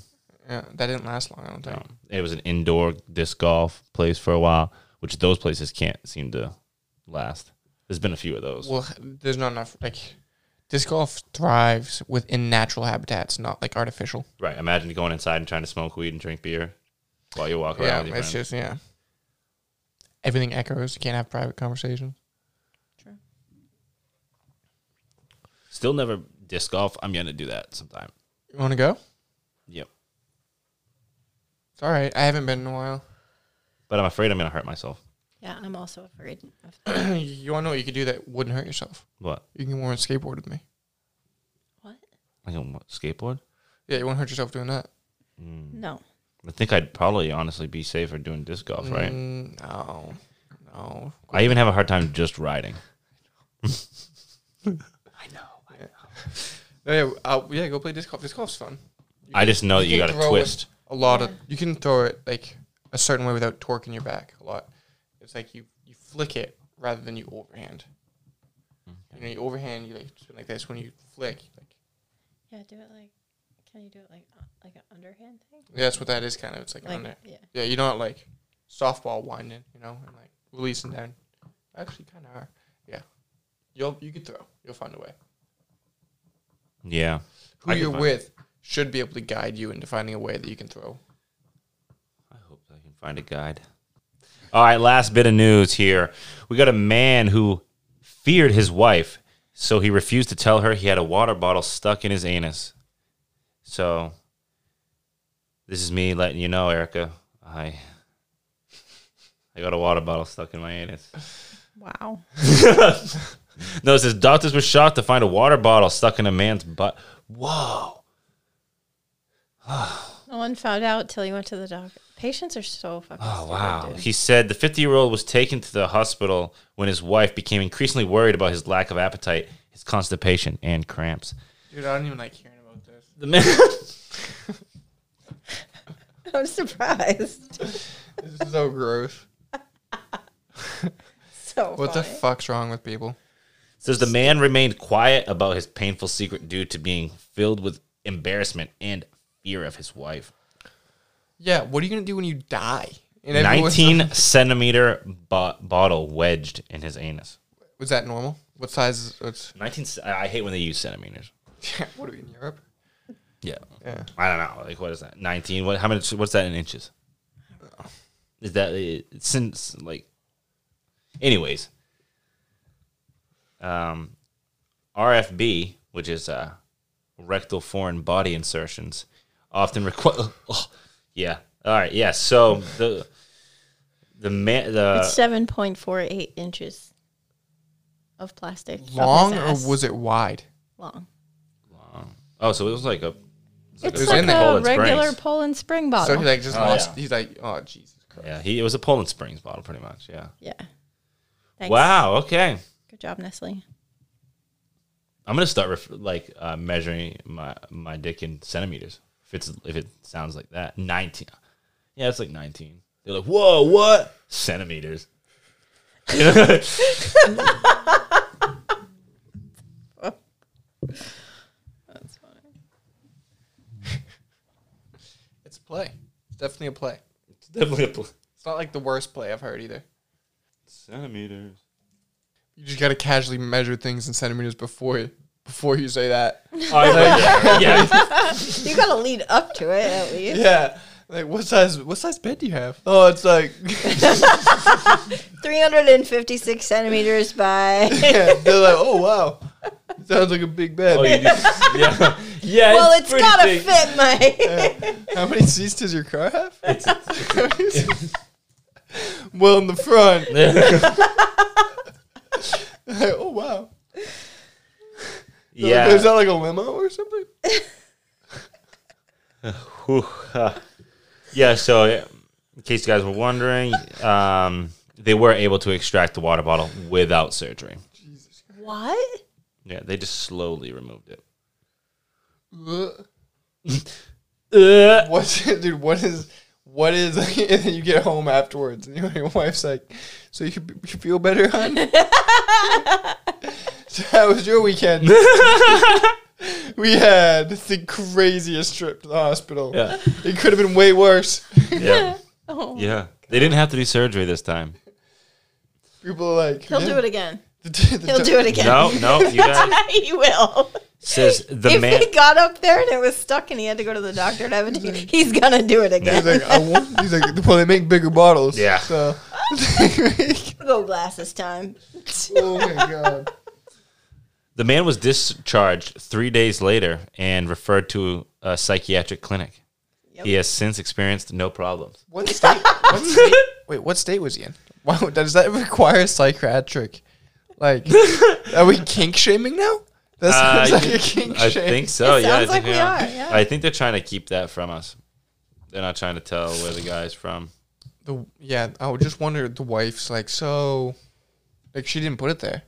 B: Yeah, uh, that didn't last long. I don't think.
A: Um, it was an indoor disc golf place for a while, which those places can't seem to last. There's been a few of those.
B: Well, there's not enough. Like, disc golf thrives within natural habitats, not like artificial.
A: right. Imagine going inside and trying to smoke weed and drink beer while you walk around.
B: Oh, yeah,
A: with your
B: it's
A: friends.
B: just yeah. Everything echoes. You can't have private conversations.
A: Still never disc golf. I'm going to do that sometime.
B: You want to go?
A: Yep.
B: It's all right. I haven't been in a while. *clears throat*
A: But I'm afraid I'm going to hurt myself.
C: Yeah, I'm also afraid. Of
B: you want to know what you could do that wouldn't hurt yourself?
A: What?
B: You can warm a skateboard with me.
C: what?
A: I can what, skateboard?
B: Yeah, you won't hurt yourself doing that.
C: No.
A: I think I'd probably honestly be safer doing disc golf, right?
B: Mm, no, no.
A: I even have a hard time just riding.
B: *laughs* No, yeah, uh, yeah. Go play disc golf. Disc golf's fun.
A: I just know that you
B: can
A: got to
B: throw it
A: twist.
B: a lot of you can throw it like a certain way without torquing your back a lot. It's like you you flick it rather than you overhand. You know, you overhand, you like spin like this. When you flick, you like
C: Yeah, do it like. Can you do it like uh, like an underhand thing?
B: yeah, that's what that is kind of. It's like,
C: Like
B: on there.
C: yeah.
B: Yeah, you're not like softball winding, you know, and like releasing down. Actually, kind of are. Yeah, you'll you can throw. You'll find a way.
A: Yeah.
B: Who
A: I can
B: you're
A: find-
B: with should be able to guide you into finding a way that you can throw.
A: I hope I can find a guide. All right, last bit of news here. We got a man who feared his wife, so he refused to tell her he had a water bottle stuck in his anus. So, this is me letting you know, Erica. I I got a water bottle stuck in my anus.
C: Wow.
A: *laughs* No, it says doctors were shocked to find a water bottle stuck in a man's butt. Whoa.
C: No one found out till you went to the doc- Patients are so fucking.
A: Oh,
C: stupid,
A: wow.
C: dude.
A: He said the 50 year old was taken to the hospital when his wife became increasingly worried about his lack of appetite, his constipation, and cramps.
B: Dude, I don't even like hearing about this.
A: The man. *laughs*
C: *laughs* I'm surprised. *laughs*
B: This is so gross.
C: So
B: What the
C: funny.
B: fuck's wrong with people?
A: Says the man remained quiet about his painful secret due to being filled with embarrassment and fear of his wife.
B: Yeah, what are you gonna do when you die? And everyone's-
A: *laughs* 19 centimeter bo- bottle wedged in his anus.
B: was that normal? What size? Is, what's *laughs*
A: 19. c- I I hate when they use centimeters.
B: what are we in Europe?
A: Yeah.
B: Yeah,
A: I don't know. Like, what is that? 19. What? How much? What's that in inches? Is that it, since like? Anyways, um, RFB, which is uh, rectal foreign body insertions, often require. *laughs* yeah. All right. Yeah. So the the man
C: It's
A: the
C: seven point four eight inches of plastic. up his
B: long or
C: ass.
B: was it wide?
C: long?
A: oh, so it was like a.
C: It's
B: was
C: like
B: in the
A: hole
C: a
A: in
C: regular
A: Springs.
C: Poland Spring
B: So
C: bottle.
B: he like just
A: Oh,
B: lost.
A: yeah.
B: He's like, oh Jesus Christ.
A: Yeah, he it was a Poland Springs bottle, pretty much. Yeah.
C: yeah. Thanks.
A: Wow. Okay.
C: Good job, Nestle.
A: I'm gonna start ref- like uh, measuring my my dick in centimeters. If it's if it sounds like that, nineteen. Yeah, it's like nineteen. They're like, whoa, what centimeters?
C: That's funny.
B: It's a play. It's definitely a play.
A: It's definitely a pl- *laughs*
B: It's not like the worst play I've heard either.
A: centimeters.
B: You just gotta casually measure things in centimeters before you, before you say *laughs* that.
A: yeah, yeah.
C: You gotta lead up to it at least. *laughs*
B: yeah. Like what size? What size bed do you have? Oh, it's like *laughs*
C: 356 centimeters by.
B: yeah. *laughs* They're like, oh wow, sounds like a big bed.
A: Oh, you just- yeah, yeah.
C: well, it's
A: pretty *laughs*
C: gotta
A: big.
C: fit my.
A: *laughs*
B: How many seats does your car have? *laughs* well, in the front. oh wow!
A: yeah.
B: Is that like a limo or something? *laughs*
A: Whew, uh, yeah, so uh, in case you guys were wondering, um, they were able to extract the water bottle without surgery.
C: what?
A: Yeah, they just slowly removed
C: *laughs*
A: it.
B: Ugh.
A: Uh,
B: What's dude? What is what is? *laughs* and then you get home afterwards, and your- your wife's like, "So you, you feel better,
A: *laughs*
B: hon? so how was
A: *laughs*
B: your weekend? we had the craziest trip to the hospital.
A: Yeah.
B: It could have been way worse.
A: yeah.
C: Oh,
A: Yeah. They didn't have to do surgery this time.
B: People are like,
C: he'll
B: "Yeah."
C: do it again.
B: The t- the
C: He'll
B: t-
C: do it again.
A: No, no,
C: *laughs*
A: you guys
C: he will. *laughs*
A: says the
C: if
A: man
C: he got up there and it was stuck and he had to go to the doctor and have it
A: *laughs*
C: taken, he's gonna do it
B: He's
C: again.
B: like, I want, he's like, well, they make bigger bottles.
A: Yeah.
B: So.
C: *laughs* Go glass this time. *laughs*
B: oh my god.
A: the man was discharged three days later and referred to a psychiatric clinic.
C: Yep.
A: He has since experienced no
C: *laughs*
A: problems.
B: What state? What state? Wait, what state was he in? Why would- does that require psychiatric? Like, are we kink shaming now? That
A: Uh,
B: sounds like
A: you-
B: a kink
A: I
B: shame.
A: think so.
C: It
A: yeah, I
C: sounds
A: think
C: like we are, yeah.
A: I think they're trying to keep that from us. They're not trying to tell where the guy's from.
B: The, yeah, I would just wonder. The wife's like, so, like she didn't put it there.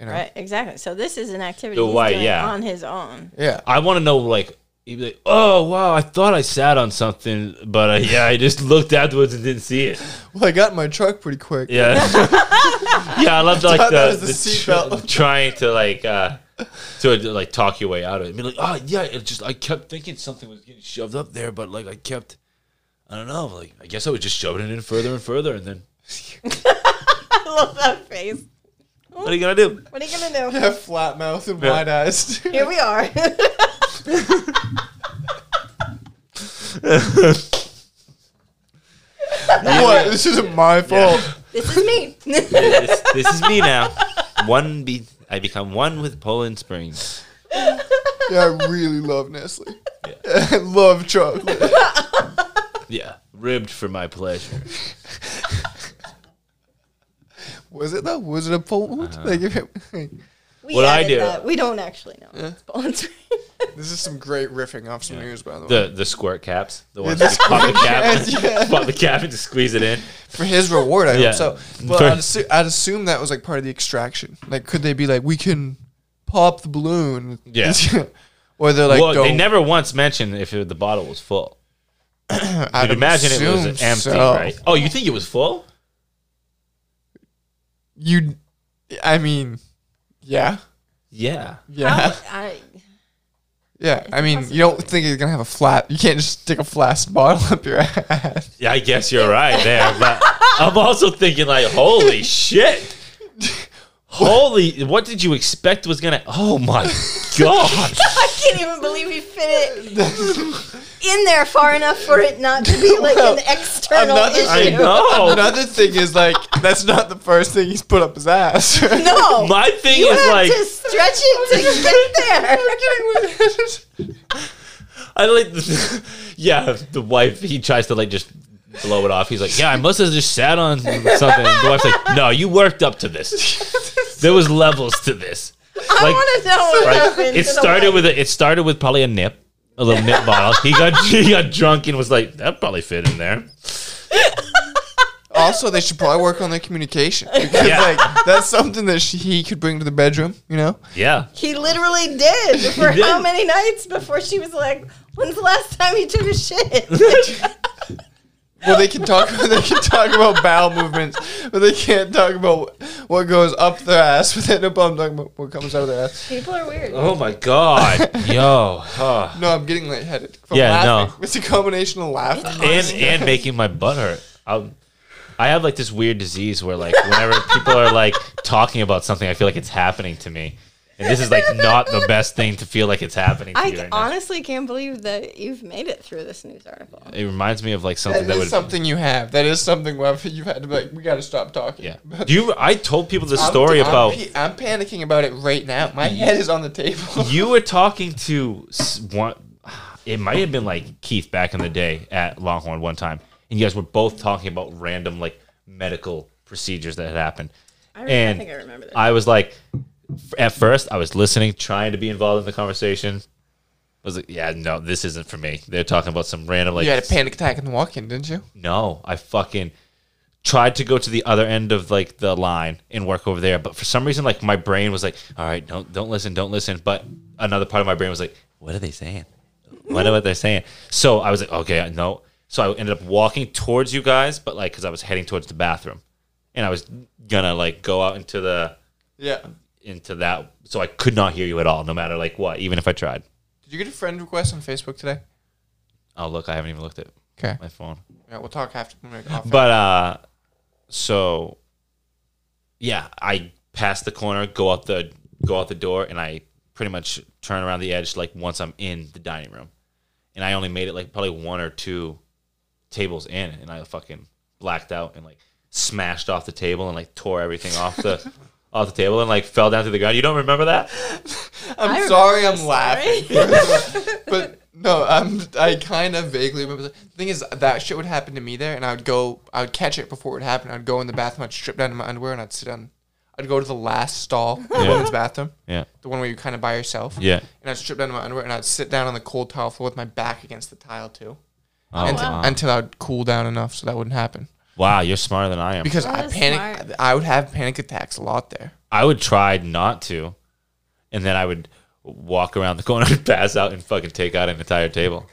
B: You know?
C: Right, exactly. So this is an activity
A: The
C: he's
A: why,
C: doing
A: yeah.
C: on his own. *laughs*
B: Yeah.
A: I want to know, like, he'd be like, "Oh wow, I thought I sat on something, but uh, yeah, I just looked afterwards and didn't see it."
B: Well, I got in my truck pretty quick. *laughs*
A: Yeah, yeah, I love like
B: thought that
A: the,
B: was a
A: the tr-
B: seatbelt.
A: trying to like uh to like talk your way out of it. Be like, "Oh yeah, it just I kept thinking something was getting shoved up there, but like I kept." I don't know. Like, I guess I was just shoving it in further and further, and then
C: I love that face.
A: what are you gonna do?
C: What are you gonna do?
B: Yeah, flat mouth and
A: Yeah.
B: wide
C: *laughs*
B: eyes. *laughs*
C: Here we are.
B: what? This isn't my fault.
C: this is me.
A: this, this is me now. One be I become one with Poland Springs.
B: Yeah, I really love Nestle. *laughs* I love chocolate.
A: Yeah, ribbed for my pleasure.
B: Was it though? Was
A: Uh-huh.
B: it a Poland? Like, if it-
C: *laughs* We
A: What I
C: added
A: do.
C: That. We don't actually know. It's Poland Spring.
B: This is some great riffing off some news, by the way.
A: The the squirt caps, the ones
B: the
A: that you pop the cap,
B: caps, yeah.
A: pop the cap and just squeeze it in.
B: *laughs* for his reward. I
A: Yeah. *laughs*
B: hope so. But
A: For-
B: I'd, assu- I'd assume that was like part of the extraction. Like, could they be like, we can pop the balloon?
A: Yeah.
B: *laughs* or they're like,
A: well,
B: don't.
A: they never once mentioned if it, the bottle was full.
B: I'd
A: You'd imagine it was
B: assume
A: empty,
B: so.
A: right? Oh, you think it was full?
B: You, I mean, yeah,
A: Yeah.
B: yeah,
C: *laughs* I,
B: yeah. I mean, you don't think you're gonna have a flat. You can't just stick a flask bottle *laughs* up your ass.
A: Yeah, I guess you're right *laughs* there. But I'm also thinking like, *laughs* holy shit. Holy what did you expect was gonna Oh *laughs* my god.
C: I can't even believe he fit it
A: *laughs*
C: in there far enough for it not to be like an external
B: another-
A: I
C: issue.
A: know.
B: Another thing is like, that's not the first thing he's put up his ass.
C: No,
A: My thing
C: you
A: is
C: have
A: like
C: to stretch it to *laughs* get there.
A: I like *laughs* the, Yeah, the wife he tries to like just blow it off. He's like, Yeah, I must have just sat on something. The wife's like, No, you worked up to this. There was levels to this.
C: I
A: Like-
C: want to know what
A: Right.
C: happened.
A: It
C: to the
A: started
C: wife.
A: with a, it started with probably a nip, a little
C: *laughs*
A: nip bottle. He got *laughs* he got drunk and was like, that probably fit in there.
B: *laughs*
C: *laughs*
B: Also, they should probably work on their communication because
A: Yeah.
B: like that's something that she, he could bring to the bedroom. You know,
A: Yeah,
C: He literally did for
A: He did.
C: how many nights before she was like, "When's the last time you took
A: *laughs*
C: a shit?" *laughs*
B: well they can talk. *laughs* They can talk about bowel movements, but they can't talk about what goes up their ass. But they no problem talking about what comes out of their ass.
C: People are weird.
A: Oh my god, *laughs* yo, huh.
B: No, I'm getting lightheaded. From
A: Yeah,
B: laughing.
A: no.
B: It's a combination of laughing.
A: and and making my butt hurt. I'm, I have like this weird disease where like whenever people are like talking about something, I feel like it's happening to me, and this is like not the best thing to feel like it's happening to
C: I
A: you right now.
C: honestly can't believe that you've made it through this news article.
A: It reminds me of like something
B: That
A: that
B: is
A: would.
B: something you have. That is something where you've had to be like, we got to stop talking.
A: Yeah, Do you. I told people this
B: I'm-
A: story
B: I'm
A: about.
B: pa- I'm panicking about it right now. My head is on the table.
A: *laughs* you were talking to s- one. It might have been like Keith back in the day at Longhorn one time, and you guys were both talking about random like medical procedures that had happened.
C: I, re- I
A: and
C: think I remember that.
A: I was like, f- at first, I was listening, trying to be involved in the conversation. I was like, yeah, no, this isn't for me. They're talking about some random like
B: You had a panic attack in the walk-in, didn't you?
A: no, I fucking tried to go to the other end of like the line and work over there, but for some reason, like my brain was like, "All right, don't don't listen, don't listen." But another part of my brain was like, "What are they saying? What are what they're saying?" So I was like, "Okay, no." So I ended up walking towards you guys, but like because I was heading towards the bathroom, and I was gonna like go out into the
B: Yeah.
A: into that, so I could not hear you at all, no matter like what, even if I tried.
B: Did you get a friend request on Facebook today?
A: Oh look, I haven't even looked at
B: Okay.
A: my phone.
B: Yeah, we'll talk after we make off.
A: But uh so yeah, I pass the corner, go out the go out the door and I pretty much turn around the edge like once I'm in the dining room. And I only made it like probably one or two tables in and I fucking blacked out and like smashed off the table and like tore everything off the off the table and like fell down to the ground. You don't remember that?
C: I
B: I'm
C: remember
B: sorry, I'm
C: this
B: laughing.
C: story.
A: *laughs*
B: but no, I'm I kind of vaguely remember. The thing is, that shit would happen to me there, and I would go, I would catch it before it happened. I'd go in the bathroom, I'd strip down to my underwear, and I'd sit down. I'd go to the last stall, in the
A: Yeah. *laughs*
B: women's bathroom,
A: Yeah.
B: the one where you're kind of by yourself.
A: Yeah.
B: And I'd strip down to my underwear, and I'd sit down on the cold tile floor with my back against the tile too,
A: Oh,
B: until,
A: wow.
B: until I'd cool down enough so that wouldn't happen.
A: wow, you're smarter than I am.
B: Because
C: That
B: I
C: is
B: panic,
C: smart.
B: I would have panic attacks a lot there.
A: I would try not to, and then I would walk around the corner *laughs* and pass out and fucking take out an entire table.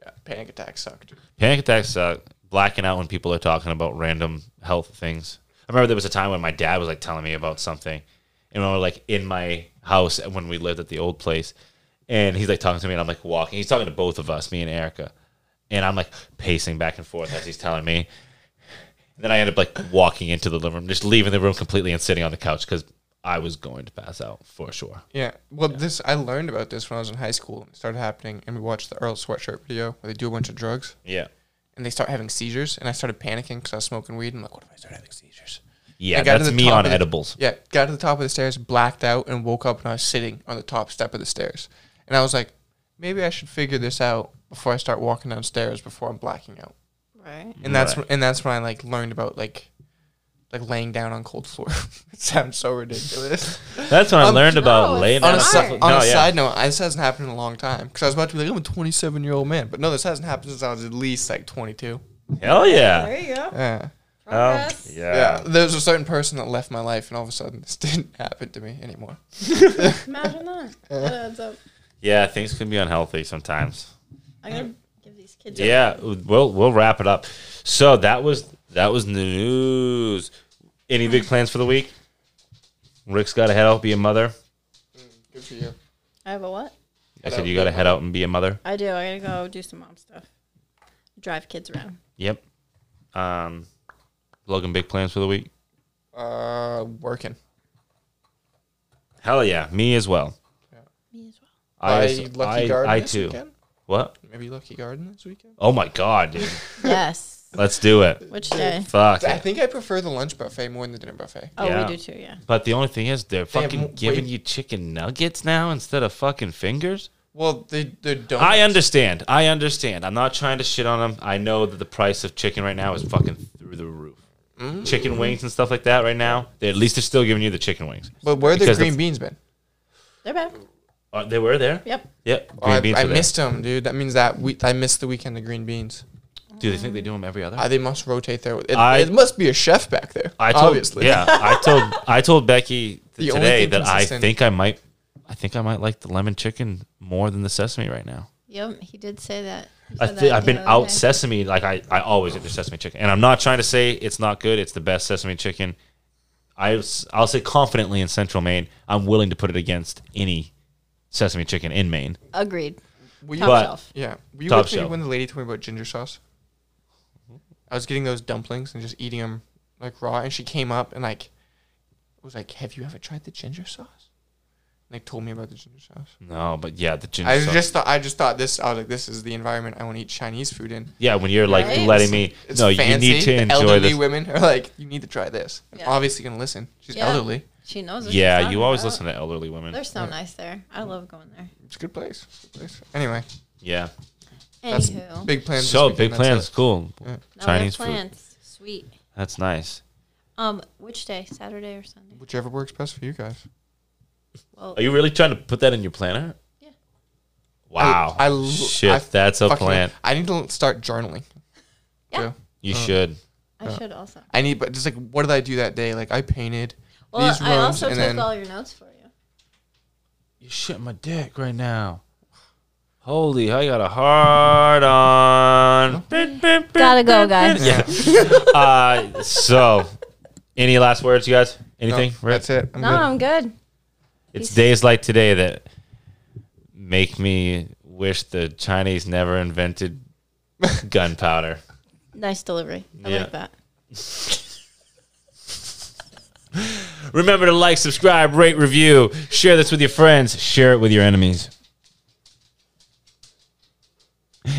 B: Yeah, panic attacks suck. Dude.
A: Panic attacks suck. Blacking out when people are talking about random health things. I remember there was a time when my dad was like telling me about something, and when we were like in my house when we lived at the old place, and he's like talking to me, and I'm like walking. He's talking to both of us, me and Erica, and I'm like pacing back and forth as he's telling me. And then I end up like walking into the living room, just leaving the room completely and sitting on the couch because I was going to pass out for sure.
B: Yeah. Well, this I learned about this when I was in high school. and It started happening, and we watched the Earl Sweatshirt video where they do a bunch of drugs
A: Yeah.
B: and they start having seizures. And I started panicking because I was smoking weed. And I'm like, what if I start having seizures?
A: Yeah,
B: I got to
A: that's
B: the
A: me
B: top
A: on
B: of the-
A: edibles.
B: Yeah. Got to the top of the stairs, blacked out, and woke up, and I was sitting on the top step of the stairs. And I was like, maybe I should figure this out before I start walking downstairs before I'm blacking out.
C: right.
B: And that's
A: Right.
B: and that's when I like learned about like like laying down on cold floor. *laughs* it sounds so ridiculous.
A: That's when I
B: Um,
A: learned about
C: no,
A: laying
C: it's
A: down
B: on
A: on
C: not.
B: a, si-
A: top of-
B: on
A: no,
B: a
A: yeah.
B: side note, this hasn't happened in a long time because I was about to be like, I'm a 27 year old man, but no, this hasn't happened since I was at least like 22.
A: Hell yeah. Um,
C: There you go.
B: Yeah.
A: Hell
C: Progress.
B: Yeah.
A: Oh, yeah.
B: There's a certain person that left my life, and all of a sudden, *laughs* this didn't happen to me anymore.
C: Imagine
A: *laughs*
C: that. That adds up.
A: Yeah, things can be unhealthy sometimes.
C: I'm gonna give these kids. a-
A: Yeah, we'll we'll wrap it up. So that was that was the news. Any big plans for the week? Rick's got to head out be a mother.
B: Good for you.
C: I have a what?
A: I said you got to head out and be a mother.
C: I do. I gotta go do some mom stuff. Drive kids around.
A: Yep. Um, Logan, big plans for the week?
B: Uh, working.
A: Hell yeah, me as well.
C: Me as well.
B: I,
A: as-
B: Lucky
A: I-
B: Garden
A: I
B: this
A: too.
B: weekend?
A: What?
B: Maybe Lucky Garden this weekend?
A: Oh my god, dude!
C: Yes.
A: Let's do it.
C: Which day?
A: Fuck.
B: I
A: it.
B: think I prefer the lunch buffet more than the dinner buffet.
C: Oh,
A: Yeah.
C: we do too. Yeah.
A: But the only thing is, they're
B: have
A: fucking
B: mo-
A: giving
B: wait.
A: you chicken nuggets now instead of fucking fingers.
B: Well, the the donuts.
A: I understand. I understand. I'm not trying to shit on them. I know that the price of chicken right now is fucking through the roof.
B: Mm-hmm.
A: Chicken wings and stuff like that right now. They, at least they're still giving you the chicken wings.
B: But where the
A: because
B: green
A: the-
B: beans been?
C: They're back.
A: Uh, they were there.
C: Yep.
A: Yep.
B: Oh, I, I
A: were there.
B: missed them, dude. That means that we I missed the weekend of green beans.
A: Do they think they do them every other?
B: Uh, they must rotate their. It,
A: I-
B: it must be a chef back there.
A: I told,
B: obviously.
A: Yeah, I told I told
B: *laughs*
A: Becky
B: The
A: th-
B: only
A: today
B: thing
A: that I
B: consistent-
A: think I might I think I might like the lemon chicken more than the sesame right now.
C: Yep. He did say that. He
A: I
C: said
A: thi-
C: that
A: I've
C: the
A: been
C: other
A: out
C: day.
A: sesame. Like I, I always get the sesame chicken, and I'm not trying to say it's not good. It's the best sesame chicken. I, s- I'll say confidently in Central Maine, I'm willing to put it against any sesame chicken in Maine.
C: Agreed.
B: Were you
C: Top
A: But-
C: shelf.
B: Yeah. Were you
A: Top
B: with me
A: shelf.
B: when the lady told me about ginger sauce? I was getting those dumplings and just eating them like raw, and she came up and like was like, "Have you ever tried the ginger sauce?" And, like told me about the ginger sauce.
A: No, but yeah, the ginger.
B: I
A: sauce-
B: just thought I just thought this. I was like, "This is the environment I want to eat Chinese food in."
A: yeah, when you're like
C: Right?
A: letting me,
B: It's
A: no,
B: fancy.
A: you need to
B: The
A: enjoy
B: elderly
A: this.
B: women are like, "You need to try this." I'm
C: Yeah.
B: obviously gonna listen. She's
C: Yeah.
B: elderly.
C: She knows. What
A: Yeah, you always listen to elderly women.
C: They're so nice there. I love going there.
B: It's a good place. It's a good place. Anyway,
A: Yeah.
B: that's
C: Anywho,
B: big plans. this
A: So
B: weekend.
A: big
B: That's
A: plans,
B: it.
A: cool.
B: Yeah.
C: Now we have
A: Chinese food.
C: plans. Sweet.
A: That's nice.
C: Um, which day? Saturday or Sunday?
B: Whichever works best for you guys.
C: Well,
A: Are you really trying to put that in your planner?
C: Yeah.
A: Wow.
B: I- I l-
A: Shit,
B: I
A: that's a
B: Fucking-
A: plan.
B: I need to start journaling.
C: Yeah.
B: Too.
A: You should.
C: I should also.
B: I need, but just like, what did I do that day? Like, I painted
C: Well,
B: these rooms,
C: I also
B: and
C: took
B: then
C: all your notes for you.
A: You're shitting my dick right now. Holy, I got a hard on.
C: Gotta go, guys.
A: *laughs* Yeah. uh, so, any last words, you guys?
B: No,
A: Anything? Rick?
B: that's it. I'm
C: No,
B: good.
C: I'm good.
A: It's days like today that make me wish the Chinese never
B: *laughs*
A: invented gunpowder.
C: Nice delivery. I
A: Yeah.
C: like that.
A: Remember to like, subscribe, rate, review, share this with your friends, share it with your enemies.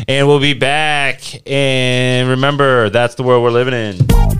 A: And we'll be back. And remember, that's the world we're living in.